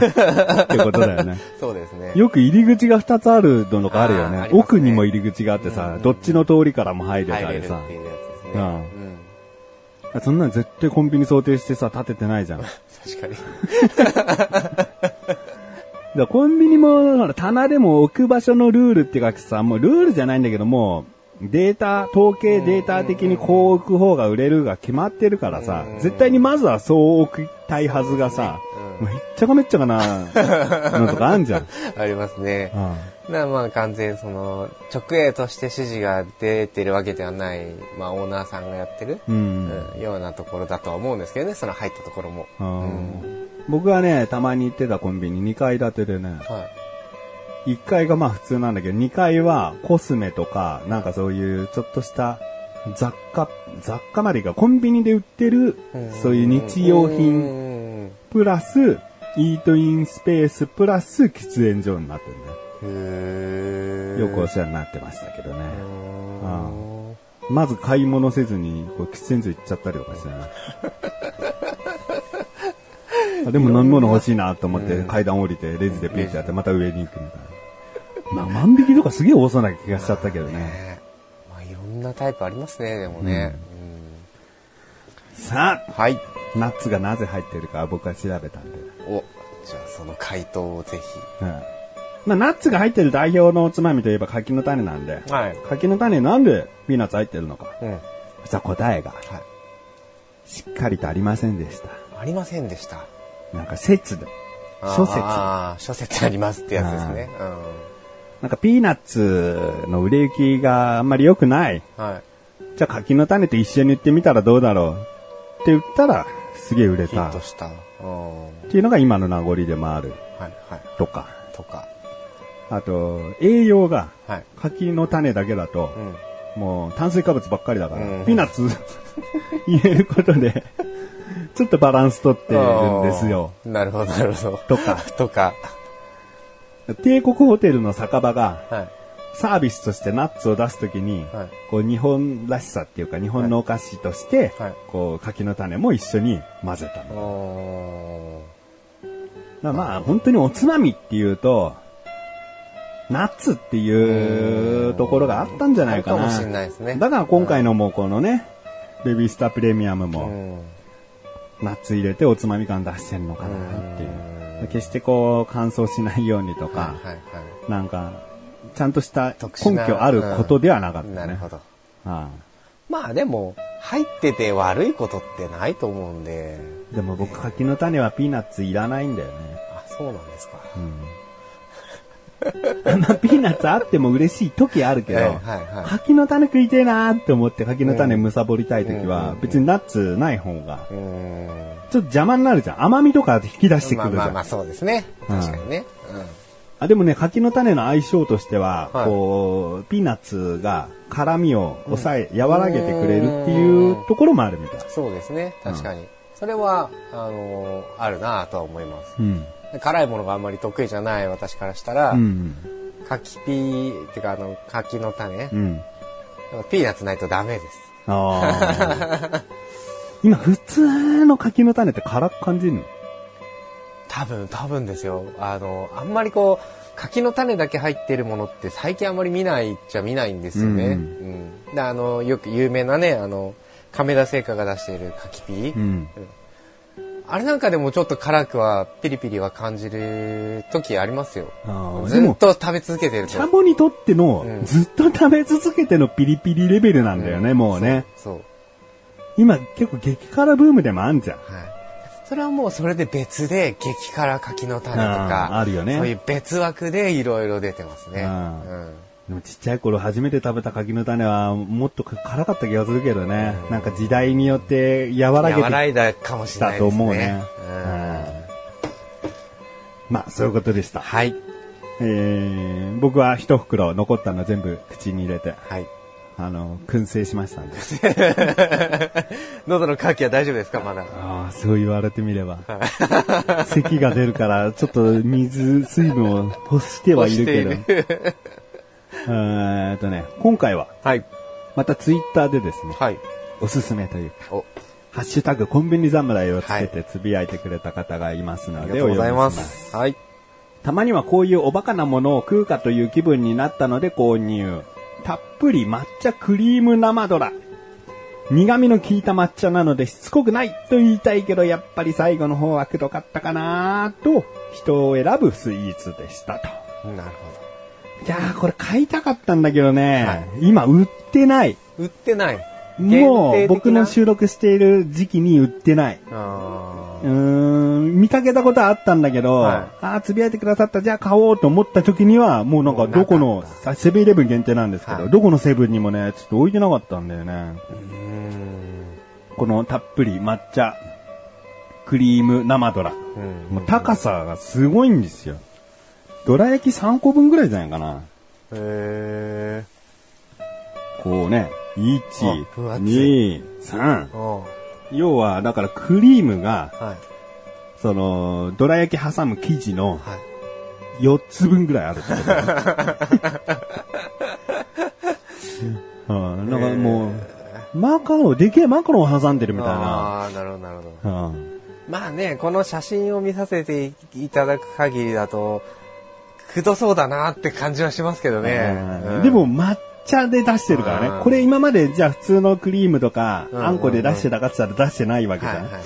Speaker 3: ってことだよね。
Speaker 2: そうですね。
Speaker 3: よく入り口が2つあるのがあるよね
Speaker 2: あーありますね
Speaker 3: 奥にも入り口があってさ、どっちの通りからも入れた
Speaker 2: 入れ
Speaker 3: り
Speaker 2: る
Speaker 3: さ
Speaker 2: って。いうやつですね。
Speaker 3: うん
Speaker 2: うん。
Speaker 3: そんなの絶対コンビニ想定してさ、立ててないじゃん。だか
Speaker 2: 確かに。
Speaker 3: らコンビニも、だから棚でも置く場所のルールっていうかさ、もうルールじゃないんだけども、データ、統計データ的にこう置く方が売れるが決まってるからさ、絶対にまずはそう置くたいはずがさ、
Speaker 2: う
Speaker 3: めっちゃかめっちゃか な、のとかあんじゃん。
Speaker 2: ありますね。
Speaker 3: うん
Speaker 2: なまあ完全その直営として指示が出てるわけではない、まあ、オーナーさんがやってる、
Speaker 3: う
Speaker 2: うんんようなところだとは思うんですけどねその入ったところも、
Speaker 3: う
Speaker 2: うんん
Speaker 3: 僕はね、たまに行ってたコンビニ2階建てでね、
Speaker 2: は
Speaker 3: 1階がまあ普通なんだけど、2階はコスメとか、なんかそういうちょっとした雑貨、雑貨までがコンビニで売ってる
Speaker 2: い、、
Speaker 3: そういう日用品
Speaker 2: 品
Speaker 3: プラス、イートインスペースプラス喫煙所になってるね。
Speaker 2: へ
Speaker 3: よくお
Speaker 2: し
Speaker 3: 世話になってましたけどね。
Speaker 2: ゃうん
Speaker 3: まず買い物せずに、こう喫煙所行っちゃったりとか してね。あでも飲み物欲しいなと思って階段降りてレジでピッてやってまた上に行くみたいな。まあ万引きとかすげえ多そうな気がしちゃったけどね。
Speaker 2: ねまあ、いろんなタイプありますねでもね、
Speaker 3: さ
Speaker 2: うんはい
Speaker 3: あ、ナッツがなぜ入ってるか僕は調べたんで。
Speaker 2: おじゃあその回答をぜ
Speaker 3: うんまあナッツが入ってる代表のおつまみといえば柿の種なんで。
Speaker 2: ひはい、
Speaker 3: 柿の種なんでピーナッツ入ってるのか。
Speaker 2: うんはい、
Speaker 3: そしたら答えがしっかりとありませんでした。
Speaker 2: ありませんでした
Speaker 3: なんか説で。諸説。
Speaker 2: あー諸説ありますってやつですね。うん。
Speaker 3: なんかピーナッツの売れ行きがあんまり良くない。
Speaker 2: はい。
Speaker 3: じゃあ柿の種と一緒に売ってみたらどうだろうって言ったら、すげえ売れ
Speaker 2: ヒ
Speaker 3: た。
Speaker 2: ッ
Speaker 3: っ
Speaker 2: トした。うん。は
Speaker 3: ていうのが今の名残でもある。
Speaker 2: いはい。
Speaker 3: とか。
Speaker 2: とか。
Speaker 3: あと、栄養が、
Speaker 2: はい。
Speaker 3: 柿の種だけだと
Speaker 2: う、ん。
Speaker 3: もう炭水化物ばっかりだから、
Speaker 2: うん
Speaker 3: ピーナッツ 入れることで、ちょっとバランス取ってるんですよ。
Speaker 2: あー。なるほどなるほど。
Speaker 3: とか。
Speaker 2: とか。
Speaker 3: 帝国ホテルの酒場が、
Speaker 2: はい。
Speaker 3: サービスとしてナッツを出すときに、
Speaker 2: はい
Speaker 3: こう日本らしさっていうか日本のお菓子として、
Speaker 2: はい
Speaker 3: こう柿の種も一緒に混ぜた
Speaker 2: う
Speaker 3: の。
Speaker 2: ーん。
Speaker 3: まあまあ本当におつまみっていうと、ナッツっていうところがあったんじゃないかな。
Speaker 2: あるかもしれないですね
Speaker 3: だから今回のもうこのね、ベビースタープレミアム
Speaker 2: う
Speaker 3: も
Speaker 2: ん。
Speaker 3: ナッツ入れておつまみ感出してんのかなっていう。決してこう乾燥しないようにと
Speaker 2: は
Speaker 3: か
Speaker 2: い、はい
Speaker 3: なんか、ちゃんとした
Speaker 2: 特殊
Speaker 3: 根
Speaker 2: な
Speaker 3: 拠あることではなか
Speaker 2: は
Speaker 3: っ
Speaker 2: い。
Speaker 3: た
Speaker 2: なる
Speaker 3: ね
Speaker 2: ほ。ど。
Speaker 3: あ
Speaker 2: まあでも、入ってて悪いことってないと思うんで。
Speaker 3: あでも僕、柿の種はピーナッツいらないんだよね。
Speaker 2: あ、そうなんですか。
Speaker 3: まあ、 ピーナッツあっても嬉しい時あるけど、
Speaker 2: ええはいはい
Speaker 3: 柿の種食いてえなーって思って柿の種むさぼりたい時
Speaker 2: うんうんう
Speaker 3: は
Speaker 2: ん、
Speaker 3: 別にナッツない方が、
Speaker 2: うーん。
Speaker 3: ちょっと邪魔になるじゃん。甘みとか引き出してく
Speaker 2: まあ
Speaker 3: るじ
Speaker 2: ま
Speaker 3: ゃ
Speaker 2: あ
Speaker 3: ん。
Speaker 2: まあそうですね。確かにね。うん。
Speaker 3: あでもね、柿の種の相性としては、
Speaker 2: はい
Speaker 3: こう、ピーナッツが辛みを抑え、和らげてくれるっていうところもあるみたい。
Speaker 2: そうですね、確かに。それは、あのーあるなぁとは思います
Speaker 3: う。ん。
Speaker 2: 辛いものがあんまり得意じゃない私からしたら、
Speaker 3: うん。
Speaker 2: 柿ピー、っていうかあの、柿の種、
Speaker 3: うん。
Speaker 2: ピーナッツないとダメです。
Speaker 3: ああ。 今、普通の柿の種って辛く感じるの
Speaker 2: 多分、多分ですよ。あの、あんまりこう、柿の種だけ入ってるものって最近あんまり見ないっちゃ見ないんですよね。
Speaker 3: う
Speaker 2: うんん、であの、よく有名なね、あの、亀田製菓が出している柿ピー。
Speaker 3: ん。
Speaker 2: あれなんかでもちょっと辛くは、ピリピリは感じる時ありますよ。
Speaker 3: ああ、で
Speaker 2: ずっ
Speaker 3: も、
Speaker 2: と食べ続けてると。
Speaker 3: チャボにとっての、
Speaker 2: うん
Speaker 3: ずっと食べ続けてのピリピリレベルなんだよね、もうね。
Speaker 2: そう。
Speaker 3: 今、結構激辛ブームでもあんじゃん。
Speaker 2: はい。それはもうそれで別で、激辛柿の種と
Speaker 3: うん
Speaker 2: か、
Speaker 3: あるよね
Speaker 2: そういう別枠でいろいろ出てますね。
Speaker 3: う
Speaker 2: うんん。
Speaker 3: でもちっちゃい頃初めて食べた柿の種は、もっと辛かった気がするけどね。なんか時代によって和らげ
Speaker 2: 和
Speaker 3: て
Speaker 2: らいだかもし
Speaker 3: き
Speaker 2: れない
Speaker 3: た
Speaker 2: ですね。
Speaker 3: と思うね。
Speaker 2: うん。
Speaker 3: うんまあ、そういうことでした。
Speaker 2: はい。
Speaker 3: えー、僕は一袋残ったの全部口に入れて、
Speaker 2: はい。
Speaker 3: あの、燻製しましたんで。
Speaker 2: 喉の渇きは大丈夫ですかまだ。
Speaker 3: ああ、そう言われてみれば。咳が出るから、ちょっと水、水分を欲してはいるけど。
Speaker 2: 干している
Speaker 3: えーっとね、今回は、
Speaker 2: はい。
Speaker 3: またツイッターでですね、
Speaker 2: はい。
Speaker 3: おすすめというか、
Speaker 2: お、
Speaker 3: ハッシュタグコンビニ侍をつけてつぶやいてくれた方がいます
Speaker 2: あ
Speaker 3: ので、
Speaker 2: りがとうございま。
Speaker 3: お読みします
Speaker 2: はい。
Speaker 3: たまにはこういうおバカなものを食うかという気分になったので購入。たっぷり抹茶クリーム生ドラ。苦味の効いた抹茶なのでしつこくないと言いたいけど、やっぱり最後の方はくどかったかなと、人を選ぶスイーツでしたと。
Speaker 2: なる
Speaker 3: いやー、これ買いたかったんだけどね、
Speaker 2: は
Speaker 3: 今売ってない。
Speaker 2: ほど。売ってない。
Speaker 3: もう
Speaker 2: 限定的な
Speaker 3: 僕の収録している時期に売ってない。
Speaker 2: あ
Speaker 3: うーん、見かけたことはあったんだけど、
Speaker 2: は
Speaker 3: ああ、つぶやいてくださった、じゃあ買おうと思った時には、もうなんかどこ
Speaker 2: もう
Speaker 3: の
Speaker 2: なか、
Speaker 3: あセブンイレブン限定なんですけど、
Speaker 2: はい
Speaker 3: どこのセブンにもね、ちょっと置いてなかったんだよね。
Speaker 2: うん。
Speaker 3: このたっぷり抹茶、クリーム生ドラ。
Speaker 2: うん。
Speaker 3: もう高さがすごいんですよ。ドラ焼き3個分ぐらいじゃないかな。
Speaker 2: へ
Speaker 3: こうね、1
Speaker 2: あ、分厚
Speaker 3: 2、3
Speaker 2: ー。。うん。
Speaker 3: 要は、だからクリームが、
Speaker 2: はい。
Speaker 3: その、ドラ焼き挟む生地の
Speaker 2: はい。
Speaker 3: 4つ分ぐらいあ るってことだね。うん、なんかもう、マカロン、でけえマカロン挟んでるみたいな。
Speaker 2: ああー、なるほど、なるほど。
Speaker 3: うん
Speaker 2: まあね、この写真を見させていただく限りだと、くどそうだなって感じはしますけどね。うん
Speaker 3: でも、抹茶で出してるから
Speaker 2: う
Speaker 3: ね。
Speaker 2: ん
Speaker 3: これ今までじゃあ普通のクリームとか、
Speaker 2: うん
Speaker 3: あんこで出してたかって言ったら出してないわけじ
Speaker 2: はい
Speaker 3: ゃ
Speaker 2: はい
Speaker 3: ん。
Speaker 2: はい。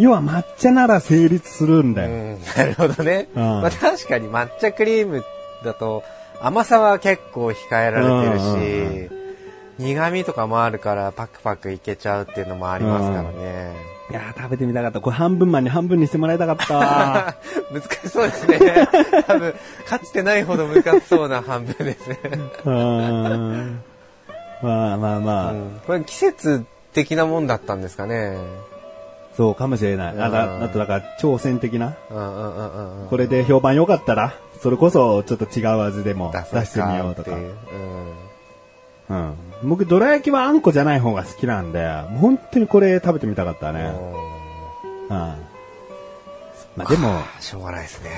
Speaker 3: 要は抹茶なら成立するんだ
Speaker 2: う
Speaker 3: よ。
Speaker 2: ん、なるほどね。
Speaker 3: うん
Speaker 2: まあ確かに抹茶クリームだと甘さは結構控えられてるし、苦味とかもあるからパクパクいけちゃうっていうのもありますからね。
Speaker 3: いやー食べてみたかった。これ半分まで半分にしてもらいたかっ た。
Speaker 2: 難しそうですね。 多分、かつてないほど難しそうな半分ですね。
Speaker 3: うーんまあまあまあ、
Speaker 2: うんこれ季節的なもんだったんですかね。
Speaker 3: そうかもしれない。あ
Speaker 2: う
Speaker 3: だ
Speaker 2: ん
Speaker 3: あとだから挑戦的な。
Speaker 2: うんうんうんうんうん。
Speaker 3: これで評判良かったら、それこそちょっと違う味でも
Speaker 2: せ
Speaker 3: 出
Speaker 2: る
Speaker 3: してみようと
Speaker 2: っ
Speaker 3: か
Speaker 2: て。いううん
Speaker 3: うん、僕、どら焼きはあんこじゃない方が好きなんで、もう本当にこれ食べてみたかったね。うん。まあでも、
Speaker 2: あしょうがないですね。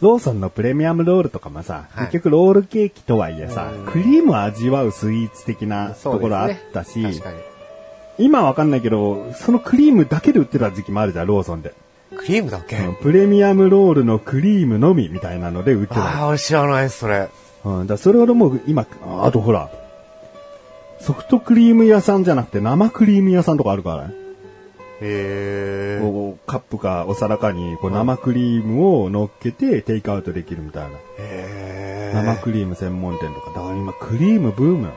Speaker 3: ローソンのプレミアムロールとかもさ、
Speaker 2: はい
Speaker 3: 結局ロールケーキとはいえさ
Speaker 2: うん、
Speaker 3: クリームを味わうスイーツ的な
Speaker 2: そう
Speaker 3: と
Speaker 2: ですね
Speaker 3: ころあったし、
Speaker 2: 確かに。
Speaker 3: 今わかんないけど、そのクリームだけで売ってた時期もあるじゃん、ローソンで。
Speaker 2: クリームだっけ、
Speaker 3: うんプレミアムロールのクリームのみみたいなので売ってた。
Speaker 2: ああ、俺知らないです、それ。
Speaker 3: うん、だからそれはもう今、ああとほら、ソフトクリーム屋さんじゃなくて生クリーム屋さんとかあるからね。
Speaker 2: へえ。
Speaker 3: こうカップかお皿かにこう生クリームを乗っけてテイクアウトできるみたいな。
Speaker 2: へ
Speaker 3: 生クリーム専門店とか。だから今クリームブームなの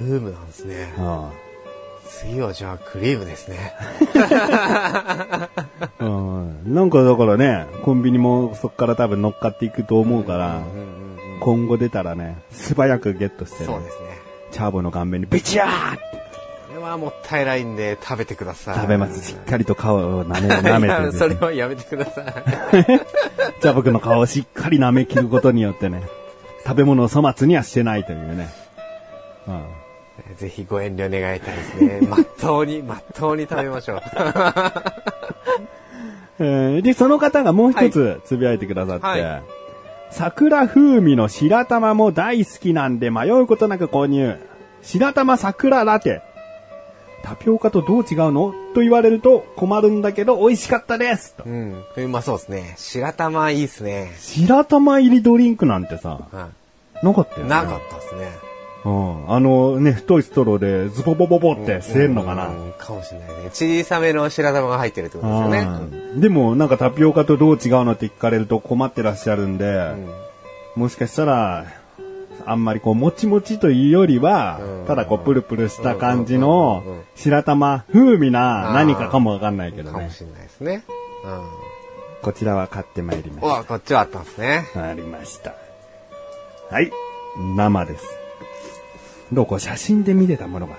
Speaker 2: ブームなんですね。
Speaker 3: あ
Speaker 2: 次はじゃあクリームですね。
Speaker 3: あうん、なんかだからね、コンビニもそっから多分乗っかっていくと思うから、
Speaker 2: うんうんうん。
Speaker 3: 今後出たらね、素早くゲットして、ね
Speaker 2: そう、ですね。
Speaker 3: チャーボの顔面にビチャーって
Speaker 2: これはもったいないんで食べてください。
Speaker 3: 食べます。しっかりと顔を舐め、
Speaker 2: いや
Speaker 3: 舐めてです
Speaker 2: それ
Speaker 3: ね。
Speaker 2: はやめてください。
Speaker 3: じゃあ僕の顔をしっかり舐め切ることによってね、食べ物を粗末にはしてないというね。うん
Speaker 2: ぜひご遠慮願いたいです ね。まっとうに、まっとうに食べましょう。
Speaker 3: えーで、その方がもう一つつぶやいてくださって、
Speaker 2: はい
Speaker 3: 桜風味の白玉も大好きなんで迷うことなく購入。白玉桜ラテ。タピオカとどう違うのと言われると困るんだけど美味しかったですと
Speaker 2: うん。うまそうですね。白玉いいですね。
Speaker 3: 白玉入りドリンクなんてさ、
Speaker 2: は
Speaker 3: なかったよね。
Speaker 2: い。なかったですね。
Speaker 3: うん。あのね、太いストローでズボボボボって吸えるのかな。
Speaker 2: うんかもしれないね。小さめの白玉が入ってるってことですよね。
Speaker 3: うんでもなんかタピオカとどう違うのって聞かれると困ってらっしゃるんで、
Speaker 2: うん
Speaker 3: もしかしたら、あんまりこう、もちもちというよりは
Speaker 2: うん、
Speaker 3: ただこう、プルプルした感じ
Speaker 2: うんうんうんう
Speaker 3: の
Speaker 2: ん、
Speaker 3: 白玉風味
Speaker 2: あ
Speaker 3: な
Speaker 2: ー
Speaker 3: 何かかもわかんないけど
Speaker 2: かも
Speaker 3: ね。
Speaker 2: しれないですね。うん。
Speaker 3: こちらは買ってまいりま
Speaker 2: う
Speaker 3: し
Speaker 2: わ、こっちはあったんですね。
Speaker 3: た。ありました。はい。生です。どうこう、写真で見てたものが、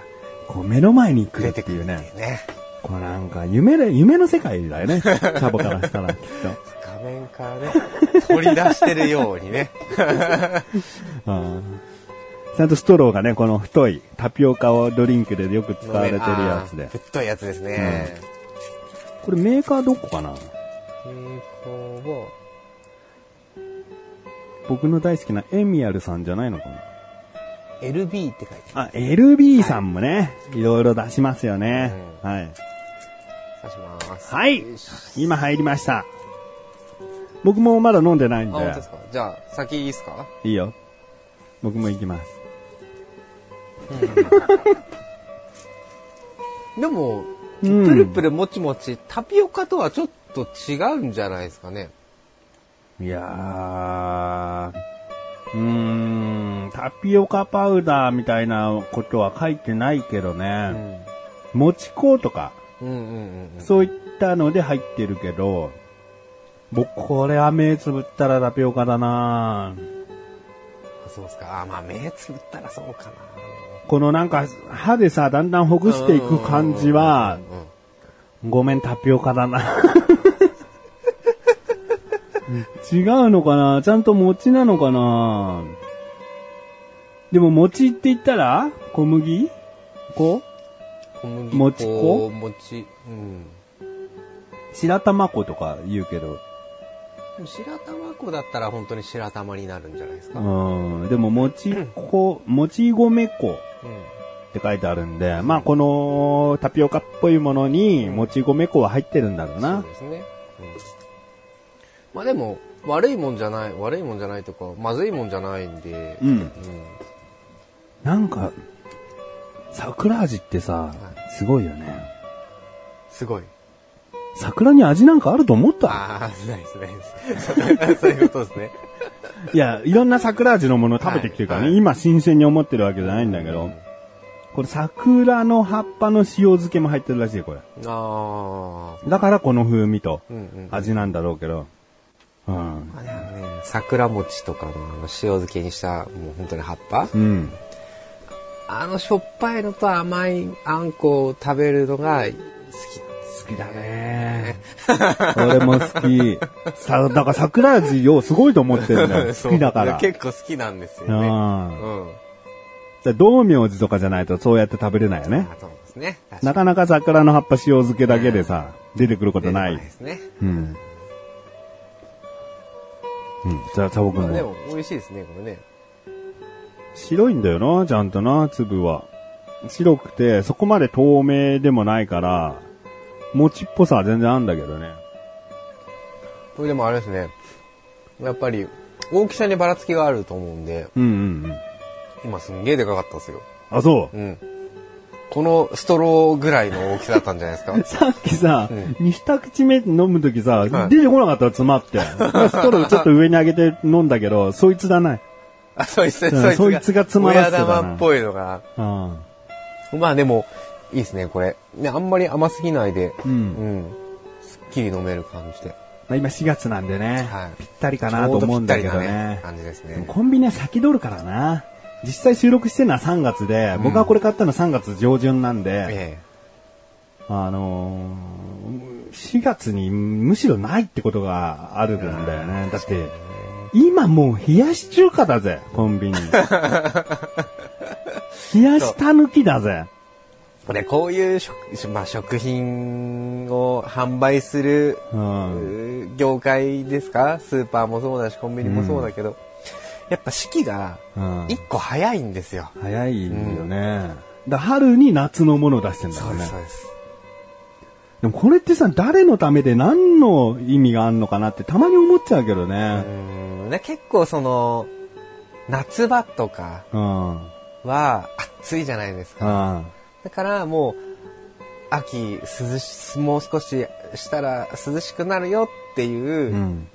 Speaker 3: こう、目の前に来るっていうね。
Speaker 2: ね。
Speaker 3: こうなんか、夢で、夢の世界だよ ね。チャボからしたら、きっと。
Speaker 2: 画面から ね、取り出してるようにね。
Speaker 3: うんちゃんとストローがね、この太いタピオカをドリンクでよく使われてるやつ
Speaker 2: あ
Speaker 3: で
Speaker 2: ー。太いやつですね。
Speaker 3: これメーカーどこかな
Speaker 2: うん、こ
Speaker 3: 僕の大好きなエミアルさんじゃないのかな
Speaker 2: う、LB って書いて
Speaker 3: あ、LB さんもね、い、ろいろ出しますよね。はい。
Speaker 2: ある。刺します。
Speaker 3: はい
Speaker 2: よし
Speaker 3: 今入りました。僕もまだ飲んでない
Speaker 2: あ、
Speaker 3: ん
Speaker 2: 本当
Speaker 3: で
Speaker 2: です、かじゃあ、先いいですか
Speaker 3: いいよ。僕も行きます。
Speaker 2: でも、
Speaker 3: うん
Speaker 2: プルプルもちもち、タピオカとはちょっと違うんじゃないですかね。
Speaker 3: いやー、うーん、タピオカパウダーみたいなことは書いてないけど
Speaker 2: う
Speaker 3: ね、
Speaker 2: ん。
Speaker 3: もち粉とか、
Speaker 2: うんうんうんうん。
Speaker 3: そういったので入ってるけど、僕、これは目つぶったらタピオカだな
Speaker 2: あそうですか。あ、まあ目つぶったらそうかな。
Speaker 3: このなんか、歯でさ、だんだんほぐしていく感じは、ごめん、タピオカだな。違うのかなちゃんと餅なのかなでも餅って言ったら小麦粉
Speaker 2: 小麦
Speaker 3: もち粉
Speaker 2: もち、うん。
Speaker 3: 白玉粉とか言うけど。
Speaker 2: でも白玉粉だったら本当に白玉になるんじゃないですか。うん。
Speaker 3: うん。でも餅粉、餅米粉って書いてあるんで、まあこのタピオカっぽいものに餅米粉は入ってるんだろう
Speaker 2: そう
Speaker 3: な。
Speaker 2: ですね。うん。まあでも、悪いもんじゃない、悪いもんじゃないとか、まずいもんじゃないんで、
Speaker 3: う
Speaker 2: うん
Speaker 3: ん。なんか、桜味ってさ、すごいよね。
Speaker 2: すごい。
Speaker 3: 桜に味なんかあると思った
Speaker 2: ああ、ないです、ないです。 そういうことですね。
Speaker 3: いや、いろんな桜味のものを食べてきてるからね、
Speaker 2: はいはい
Speaker 3: 今新鮮に思ってるわけじゃないんだけど、これ桜の葉っぱの塩漬けも入ってるらしい、これ。
Speaker 2: ああ。
Speaker 3: だからこの風味と
Speaker 2: うんうん。
Speaker 3: 味なんだろうけど、うん。
Speaker 2: まあでもね、桜餅とかのあの塩漬けにした、もう本当に葉っぱ、
Speaker 3: うん。
Speaker 2: あのしょっぱいのと甘いあんこを食べるのが好き。好きだね。
Speaker 3: 俺も好 き。さ、だから桜味をすごいと思ってるんだ よ。好きだから。
Speaker 2: 結構好きなんですよ
Speaker 3: うん。だ
Speaker 2: ね。
Speaker 3: か
Speaker 2: うん。
Speaker 3: ら道明寺とかじゃないとそうやって食べれないよね。
Speaker 2: あそうですね。確
Speaker 3: な
Speaker 2: か
Speaker 3: かなか桜の葉っぱ塩漬けだけでさ、出てくること
Speaker 2: に。
Speaker 3: ない
Speaker 2: で。すね。
Speaker 3: うん。うん。じゃあ、サボ
Speaker 2: ま
Speaker 3: 君
Speaker 2: あ
Speaker 3: ね
Speaker 2: でも、美味しいですね、これね。
Speaker 3: 白いんだよな、ちゃんとな、粒は。白くて、そこまで透明でもないから、餅っぽさは全然あんだけどね。
Speaker 2: これでもあれですね。やっぱり、大きさにばらつきがあると思うんで、
Speaker 3: うんうんうん。
Speaker 2: 今すんげえでかかったんですよ。
Speaker 3: あ、そう。
Speaker 2: うん。このストローぐらいの大きさだったんじゃな いですか。
Speaker 3: さっきさ、
Speaker 2: うん
Speaker 3: 二口目飲むときさ、
Speaker 2: はい
Speaker 3: 出てこなかったら詰ま って。ストローちょっと上に上げて飲んだけど、そいつだな。
Speaker 2: あ、そいつ、
Speaker 3: うんそいつが詰まらせ
Speaker 2: 親
Speaker 3: てたな
Speaker 2: 玉っぽいのが。
Speaker 3: うん。
Speaker 2: まあでも、いいですね、これ。ね、あんまり甘すぎないで、
Speaker 3: う。
Speaker 2: うんん。すっきり飲める感じで。
Speaker 3: まあ今4月なんでね、
Speaker 2: はい
Speaker 3: ぴったりか
Speaker 2: ち
Speaker 3: なと
Speaker 2: ょうど
Speaker 3: 思
Speaker 2: ぴ
Speaker 3: うん
Speaker 2: った
Speaker 3: だ
Speaker 2: り
Speaker 3: け
Speaker 2: な
Speaker 3: ど
Speaker 2: ね
Speaker 3: ね、。
Speaker 2: 感じですね。
Speaker 3: コンビニは先取るからな。実際収録してるのは3月で、僕はこれ買ったの3月上旬なんで、
Speaker 2: え
Speaker 3: あのー、4月にむしろないってことがあるんだよね。だって、今もう冷やし中華だぜ、コンビニ。冷やしたぬきだぜ。
Speaker 2: え。ね、こういう食、まあ食品を販売する、
Speaker 3: うん。
Speaker 2: 業界ですかスーパーもそうだし、コンビニもそうだけど、やっぱ四季が
Speaker 3: うん
Speaker 2: 一個早いんですよ。
Speaker 3: 早いよね。だ春に夏のものを出してんだ
Speaker 2: そ
Speaker 3: よ
Speaker 2: うで
Speaker 3: ね
Speaker 2: す、。そうです。
Speaker 3: でもこれってさ、誰のためで何の意味があるのかなってたまに思っちゃうけど
Speaker 2: う
Speaker 3: ね。
Speaker 2: ん、ね結構その、夏場とか
Speaker 3: うん。うん。
Speaker 2: は暑いじゃないですか。だからもう、秋、涼し、もう少ししたら涼しくなるよっていう、
Speaker 3: うん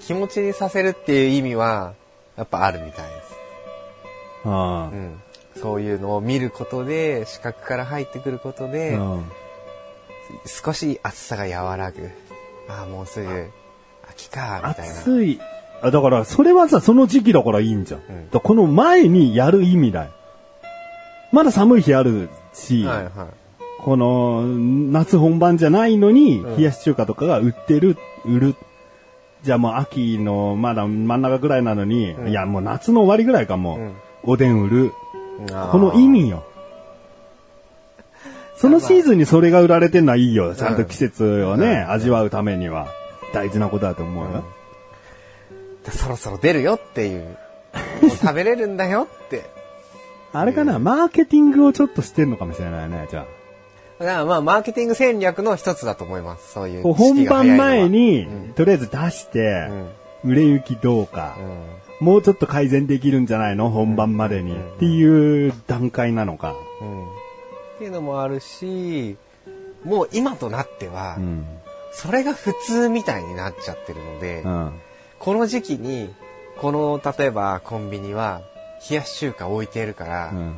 Speaker 2: 気持ちにさせるっていう意味は、やっぱあるみたいです。
Speaker 3: うん
Speaker 2: うん。そういうのを見ることで、視覚から入ってくることで、
Speaker 3: うん
Speaker 2: 少し暑さが和らぐ。ああ、もうすぐ秋か、みたいな。
Speaker 3: 暑い。あだから、それはさ、その時期だからいいんじゃん。
Speaker 2: ん
Speaker 3: だからこの前にやる意味だよ。まだ寒い日あるし、
Speaker 2: はいは
Speaker 3: この、夏本番じゃないのに、
Speaker 2: うん
Speaker 3: 冷やし中華とかが売ってる、売る。じゃあもう秋の、まだ真ん中ぐらいなのに、
Speaker 2: うん
Speaker 3: いやもう夏の終わりぐらいかも、
Speaker 2: うん
Speaker 3: おでん売る。
Speaker 2: い。あー
Speaker 3: この意。味よ。そのシーズンにそれが売られてんのはいいよ。ちゃんと季節をね、
Speaker 2: うん
Speaker 3: 味わうためには。大事なことだと思うよ。
Speaker 2: そろそろ出るよっていう。もう食べれるんだよって。
Speaker 3: あれかな、マーケティングをちょっとしてんのかもしれないね、じゃ
Speaker 2: だからまあ、マーケティング戦略の一つだと思います。そうい
Speaker 3: あ。
Speaker 2: う。
Speaker 3: こう本番前に、
Speaker 2: うん
Speaker 3: とりあえず出して、売れ行きどうか、
Speaker 2: うん
Speaker 3: もうちょっと改善できるんじゃないの本番までに、
Speaker 2: うん
Speaker 3: っていう段階なのか。
Speaker 2: うんっていうのもあるし、もう今となっては
Speaker 3: う、ん。
Speaker 2: それが普通みたいになっちゃってるので、
Speaker 3: うん。
Speaker 2: この時期に、この、例えばコンビニは、冷やし中華置いているから、
Speaker 3: うん。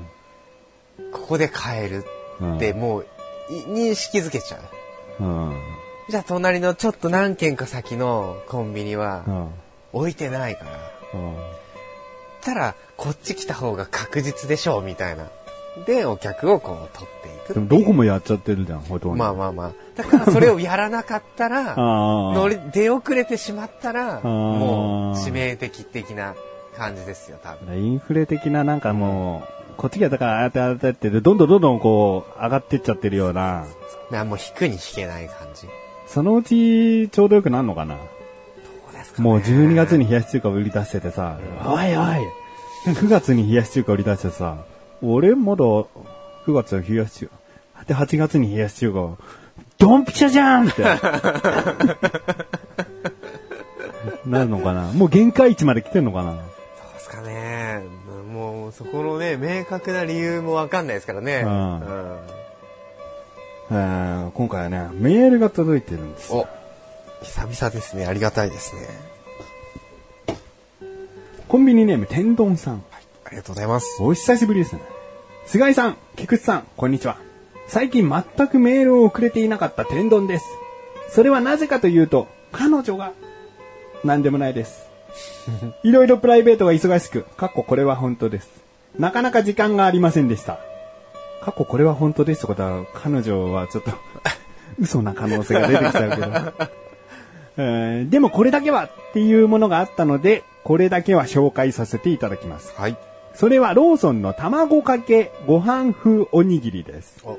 Speaker 2: ここで買える
Speaker 3: うん
Speaker 2: ってもう、い認識づけちゃう。
Speaker 3: うん。
Speaker 2: じゃあ隣のちょっと何軒か先のコンビニは
Speaker 3: うん。
Speaker 2: 置いてないから。
Speaker 3: うん。
Speaker 2: たら、こっち来た方が確実でしょう、みたいな。で、お客をこう取っていくって
Speaker 3: で
Speaker 2: い
Speaker 3: も
Speaker 2: う。
Speaker 3: どこもやっちゃってるじゃん、ほとんど。
Speaker 2: まあまあまあ。だからそれをやらなかったら、
Speaker 3: ああ。
Speaker 2: 乗り、出遅れてしまったら、
Speaker 3: ー
Speaker 2: もう致命的的な感じですよ、多分。
Speaker 3: インフレ的ななんかもう、こっちがだからああやってああやってって、どんどんどんどんこう、上がってっちゃってるような、
Speaker 2: なもう引くに引けない感じ。ど
Speaker 3: そのうちちょうどよくなるのかな。
Speaker 2: うですかね
Speaker 3: もう12月に冷やし中華売り出しててさ、おいおい !9 月に冷やし中華売り出してさ、俺まだ9月は冷やし中華。で、8月に冷やし中華、ドンピシャじゃ んって。なるのかなもう限界値まで来てんのかな
Speaker 2: そうですかね。もう、そこのね、明確な理由もわかんないですからね。
Speaker 3: うん
Speaker 2: うん
Speaker 3: えー今回はね、メールが届いてるんです。
Speaker 2: お、久々ですね。ありがたいですね。
Speaker 3: コンビニネーム、天丼さん。
Speaker 2: ありがとうございます。
Speaker 3: お久しぶりですね。菅井さん、菊池さん、こんにちは。最近全くメールを送れていなかった天丼です。それはなぜかというと、彼女が、なんでもないです。 いろいろプライベートが忙しく、かっここれは本当です。なかなか時間がありませんでした。かっここれは本当ですってことは、彼女はちょっと、 嘘な可能性が出てきちゃうけど。 えーでもこれだけはっていうものがあったので、これだけは紹介させていただきます。
Speaker 2: はい。
Speaker 3: それはローソンの卵かけご飯風おにぎりです。
Speaker 2: お、いい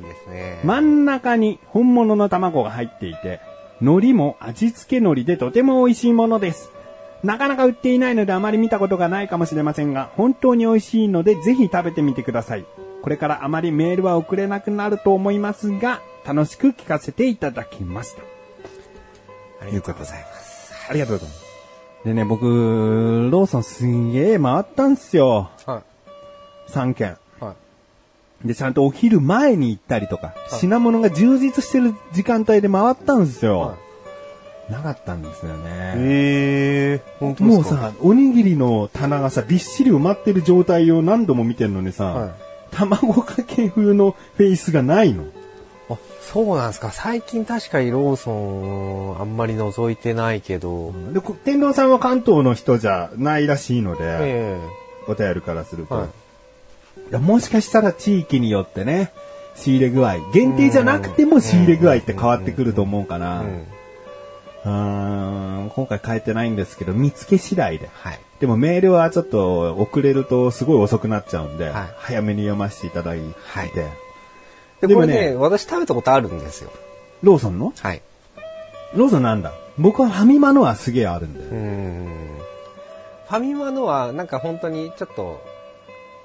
Speaker 2: ですね。
Speaker 3: 真ん中に本物の卵が入っていて、海苔も味付け海苔でとても美味しいものです。なかなか売っていないのであまり見たことがないかもしれませんが、本当に美味しいのでぜひ食べてみてください。これからあまりメールは送れなくなると思いますが、楽しく聞かせていただきました。
Speaker 2: ありがとうございます。
Speaker 3: ありがとうございます。でね、僕、ローソンすんげえ回ったんすよ。
Speaker 2: は
Speaker 3: 3軒。
Speaker 2: い。はい。
Speaker 3: で、ちゃんとお昼前に行ったりとか、
Speaker 2: はい
Speaker 3: 品物が充実してる時間帯で回ったんですよ
Speaker 2: は。
Speaker 3: なかったんですよね。
Speaker 2: ええ本当で
Speaker 3: もう
Speaker 2: すか
Speaker 3: さ、おにぎりの棚がさ、びっしり埋まってる状態を何度も見てるのにさ、
Speaker 2: はい
Speaker 3: 卵かけ風のフェイスがないの。
Speaker 2: あ、そうなんですか。最近確かにローソン、あんまり覗いてないけど。
Speaker 3: で、こ天童さんは関東の人じゃないらしいので、
Speaker 2: え
Speaker 3: お便りからすると、
Speaker 2: はい
Speaker 3: いやもしかしたら地域によってね、仕入れ具合、限定じゃなくても仕入れ具合って変わってくると思うか
Speaker 2: え
Speaker 3: な。
Speaker 2: うん。
Speaker 3: うーん今回変えてないんですけど、見つけ次第で。
Speaker 2: はい。
Speaker 3: でもメールはちょっと遅れるとすごい遅くなっちゃうんで、
Speaker 2: はい
Speaker 3: 早めに読ませていただいて、
Speaker 2: はい
Speaker 3: で
Speaker 2: で、
Speaker 3: も
Speaker 2: こ
Speaker 3: ね
Speaker 2: れね、私食べたことあるんですよ。
Speaker 3: ローソンの
Speaker 2: はい。
Speaker 3: ローソンなんだ僕はファミマのはすげえあるんだ
Speaker 2: う
Speaker 3: よ。
Speaker 2: ん。ファミマのは、なんか本当にちょっと、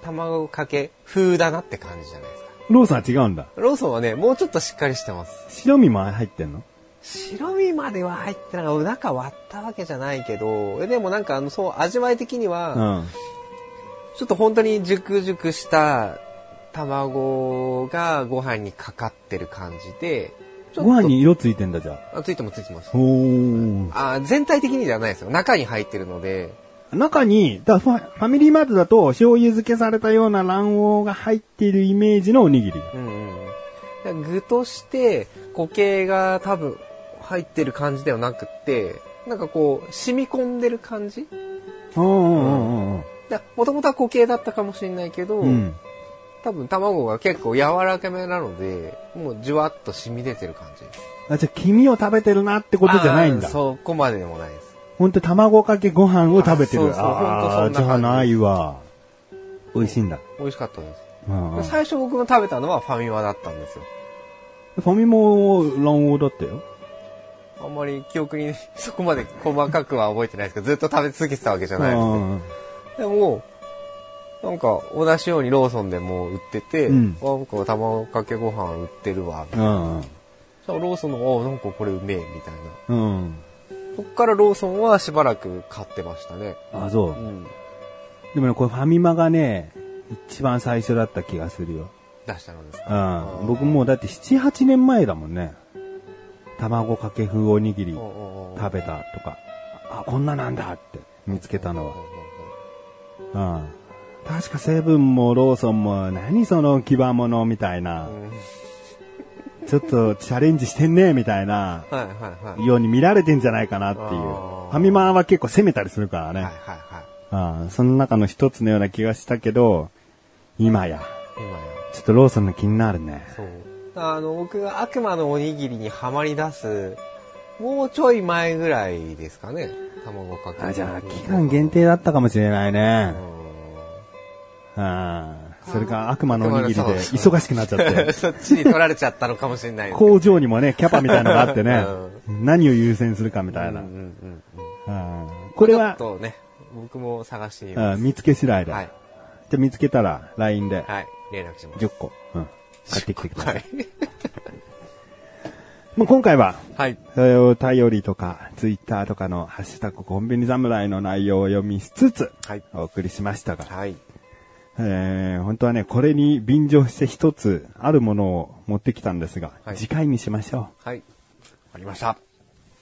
Speaker 2: 卵かけ風だなって感じじゃないですか。
Speaker 3: ローソンは違うんだ。
Speaker 2: ローソンはね、もうちょっとしっかりしてます。
Speaker 3: 白身も入ってんの
Speaker 2: 白身までは入ってない。俺中割ったわけじゃないけど、えでもなんかあの、そう、味わい的には、
Speaker 3: うん。
Speaker 2: ちょっと本当に熟熟した卵がご飯にかかってる感じで、ちょっと
Speaker 3: ご飯に色ついてんだじゃあ。
Speaker 2: あ、ついてもついてます。
Speaker 3: おー。
Speaker 2: あ全体的にではないですよ。中に入ってるので、
Speaker 3: 中に、だファファミリーマートだと醤油漬けされたような卵黄が入っているイメージのおにぎり。
Speaker 2: うんうんだから。具として固形が多分入ってる感じではなくって、なんかこう、染み込んでる感じ
Speaker 3: うんうんうんうん
Speaker 2: もともとは固形だったかもしれないけど、
Speaker 3: うん。うん
Speaker 2: 多分卵が結構柔らかめなので、もうじゅわっと染み出てる感じ。
Speaker 3: あ、じゃあ黄身を食べてるなってことじゃないん
Speaker 2: あー
Speaker 3: だ。
Speaker 2: そこまででもないです。
Speaker 3: ほんと卵かけご飯を食べてる。
Speaker 2: あそうそう
Speaker 3: あ
Speaker 2: ほ
Speaker 3: ー
Speaker 2: ん
Speaker 3: じ
Speaker 2: とそんな感じ
Speaker 3: ゃあないわ。美味しいんだ。
Speaker 2: 美味しかったです。
Speaker 3: うんうんフ
Speaker 2: 最初僕の食べたのはファミマだったんですよ。
Speaker 3: ァミも卵黄だったよ。
Speaker 2: あんまり記憶に そこまで細かくは覚えてないですけど、ずっと食べ続けてたわけじゃないですね
Speaker 3: うん
Speaker 2: でも、なんか同じようにローソンでも売ってて、
Speaker 3: うん
Speaker 2: あなんか卵かけご飯売ってるわ。
Speaker 3: うん
Speaker 2: そしたらローソンの、あなんかこれうめえ、みたいな。
Speaker 3: うん。うん。
Speaker 2: こっからローソンはしばらく買ってましたね。
Speaker 3: あ、そうう。
Speaker 2: ん。
Speaker 3: でもね、これファミマがね、一番最初だった気がするよ。
Speaker 2: 出したのですか。
Speaker 3: うん。僕もうだって7、8年前だもんね。卵かけ風おにぎり
Speaker 2: うんうんうん
Speaker 3: 食べたとか。あ、こんななんだって見つけたのは。うん。確かセブンもローソンも何その牙物みたいな
Speaker 2: うんうんうんうん
Speaker 3: ちょっとチャレンジしてんね、みたいな、
Speaker 2: はいはいはい。
Speaker 3: ように見られてんじゃないかなっていう。
Speaker 2: あ
Speaker 3: フ
Speaker 2: ー
Speaker 3: ァミマは結構攻めたりするからね。
Speaker 2: はいはいはい。
Speaker 3: うんその中の一つのような気がしたけど、今や、
Speaker 2: 今や。
Speaker 3: ちょっとローソンの気になるね。
Speaker 2: そう。あの、僕が悪魔のおにぎりにはまり出す、もうちょい前ぐらいですかね。卵かけ。
Speaker 3: あ、じゃあ、期間限。定だったかもしれないね
Speaker 2: う。
Speaker 3: うん。それか、悪魔のおにぎりで
Speaker 2: そうそう
Speaker 3: 忙しくなっちゃって
Speaker 2: ん。。そっちに取られちゃったのかもしれないですけど。
Speaker 3: 工場にもね、キャパみたいなのがあって ね、何を優先するかみたいな。
Speaker 2: うんうんうんうん
Speaker 3: うんこれは
Speaker 2: ち、ょっとね、僕も探してみま
Speaker 3: うん見つけ次第
Speaker 2: す。
Speaker 3: だ。
Speaker 2: はい。
Speaker 3: じゃあ見つけたら LINE で
Speaker 2: はい。連絡します。
Speaker 3: 10個、うん、買ってきてください。
Speaker 2: はい。
Speaker 3: もう今回は、
Speaker 2: はい。
Speaker 3: それを頼りとか、ツイッターとかのハッシュタグコンビニ侍の内容を読みしつつ、
Speaker 2: はい
Speaker 3: お送りしましたが、
Speaker 2: はい。
Speaker 3: えー、本当はね、これに便乗して一つあるものを持ってきたんですが、
Speaker 2: はい
Speaker 3: 次回にしましょ
Speaker 2: はい。わかりました。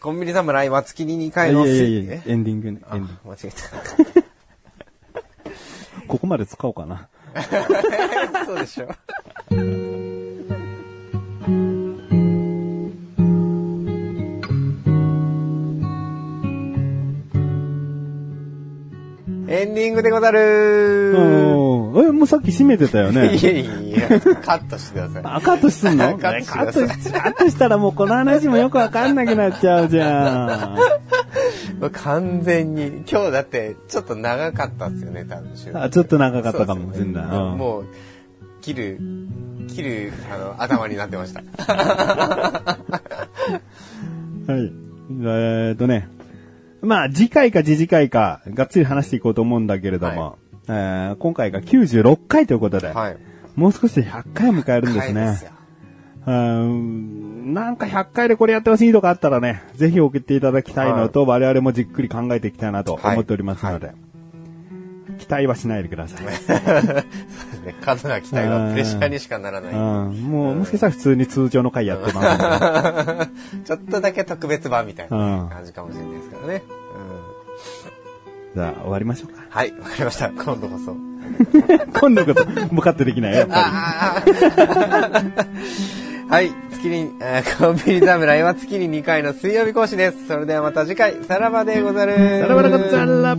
Speaker 2: コンビニ侍は月に2
Speaker 3: う。
Speaker 2: 回の
Speaker 3: いやいやいや
Speaker 2: え
Speaker 3: エンディングね、
Speaker 2: あ
Speaker 3: エ
Speaker 2: 間
Speaker 3: ン
Speaker 2: 違
Speaker 3: ディン
Speaker 2: え
Speaker 3: グ。ここまで使おうかな。
Speaker 2: た。 そうでしょ。エンディングでござる
Speaker 3: おーえ、もうさっき閉めてたよね。
Speaker 2: いやいやいや、カットしてください。
Speaker 3: あ、カットすん の
Speaker 2: カットしてくだ
Speaker 3: カットカットしたらもうこの話もよくわかんなくなっちゃうじゃん。
Speaker 2: 完全に。今日だって、ちょっと長かったですよね、多分収録
Speaker 3: あちょっと長かったかもしれない
Speaker 2: そうそう
Speaker 3: うん
Speaker 2: もう、切る、切る、あの、頭になってました。
Speaker 3: はい。えーっとね。まあ、次回か次々回か、がっつり話していこうと思うんだけれども、
Speaker 2: は
Speaker 3: えー今回が96回ということで、
Speaker 2: はい。
Speaker 3: もう少しで100回を迎えるんです
Speaker 2: 深い
Speaker 3: ね。
Speaker 2: よ
Speaker 3: うーんなんか100回でこれやってほしいとかあったらね、ぜひ送っていただきたいのと、我々もじっくり考えていきたいなと思っておりますので、期待はしないでください。
Speaker 2: そうですね 数が期待がプレッシャーにしかならない。
Speaker 3: うんもう、もしかしたら普通に通常の回やって ます、ね。
Speaker 2: ちょっとだけ特別版みたい
Speaker 3: うん
Speaker 2: な感じかもしれないですけどね。うん
Speaker 3: じゃあ、終わりましょうか。
Speaker 2: はい、わかりました。今度こそ。
Speaker 3: 今度こそ、向かってできないやっぱ
Speaker 2: あー はい、月に、えーコンビニ侍は月に2回の水曜日講師です。それではまた次回、さらばでござる。
Speaker 3: り。さらばらかっちゃら。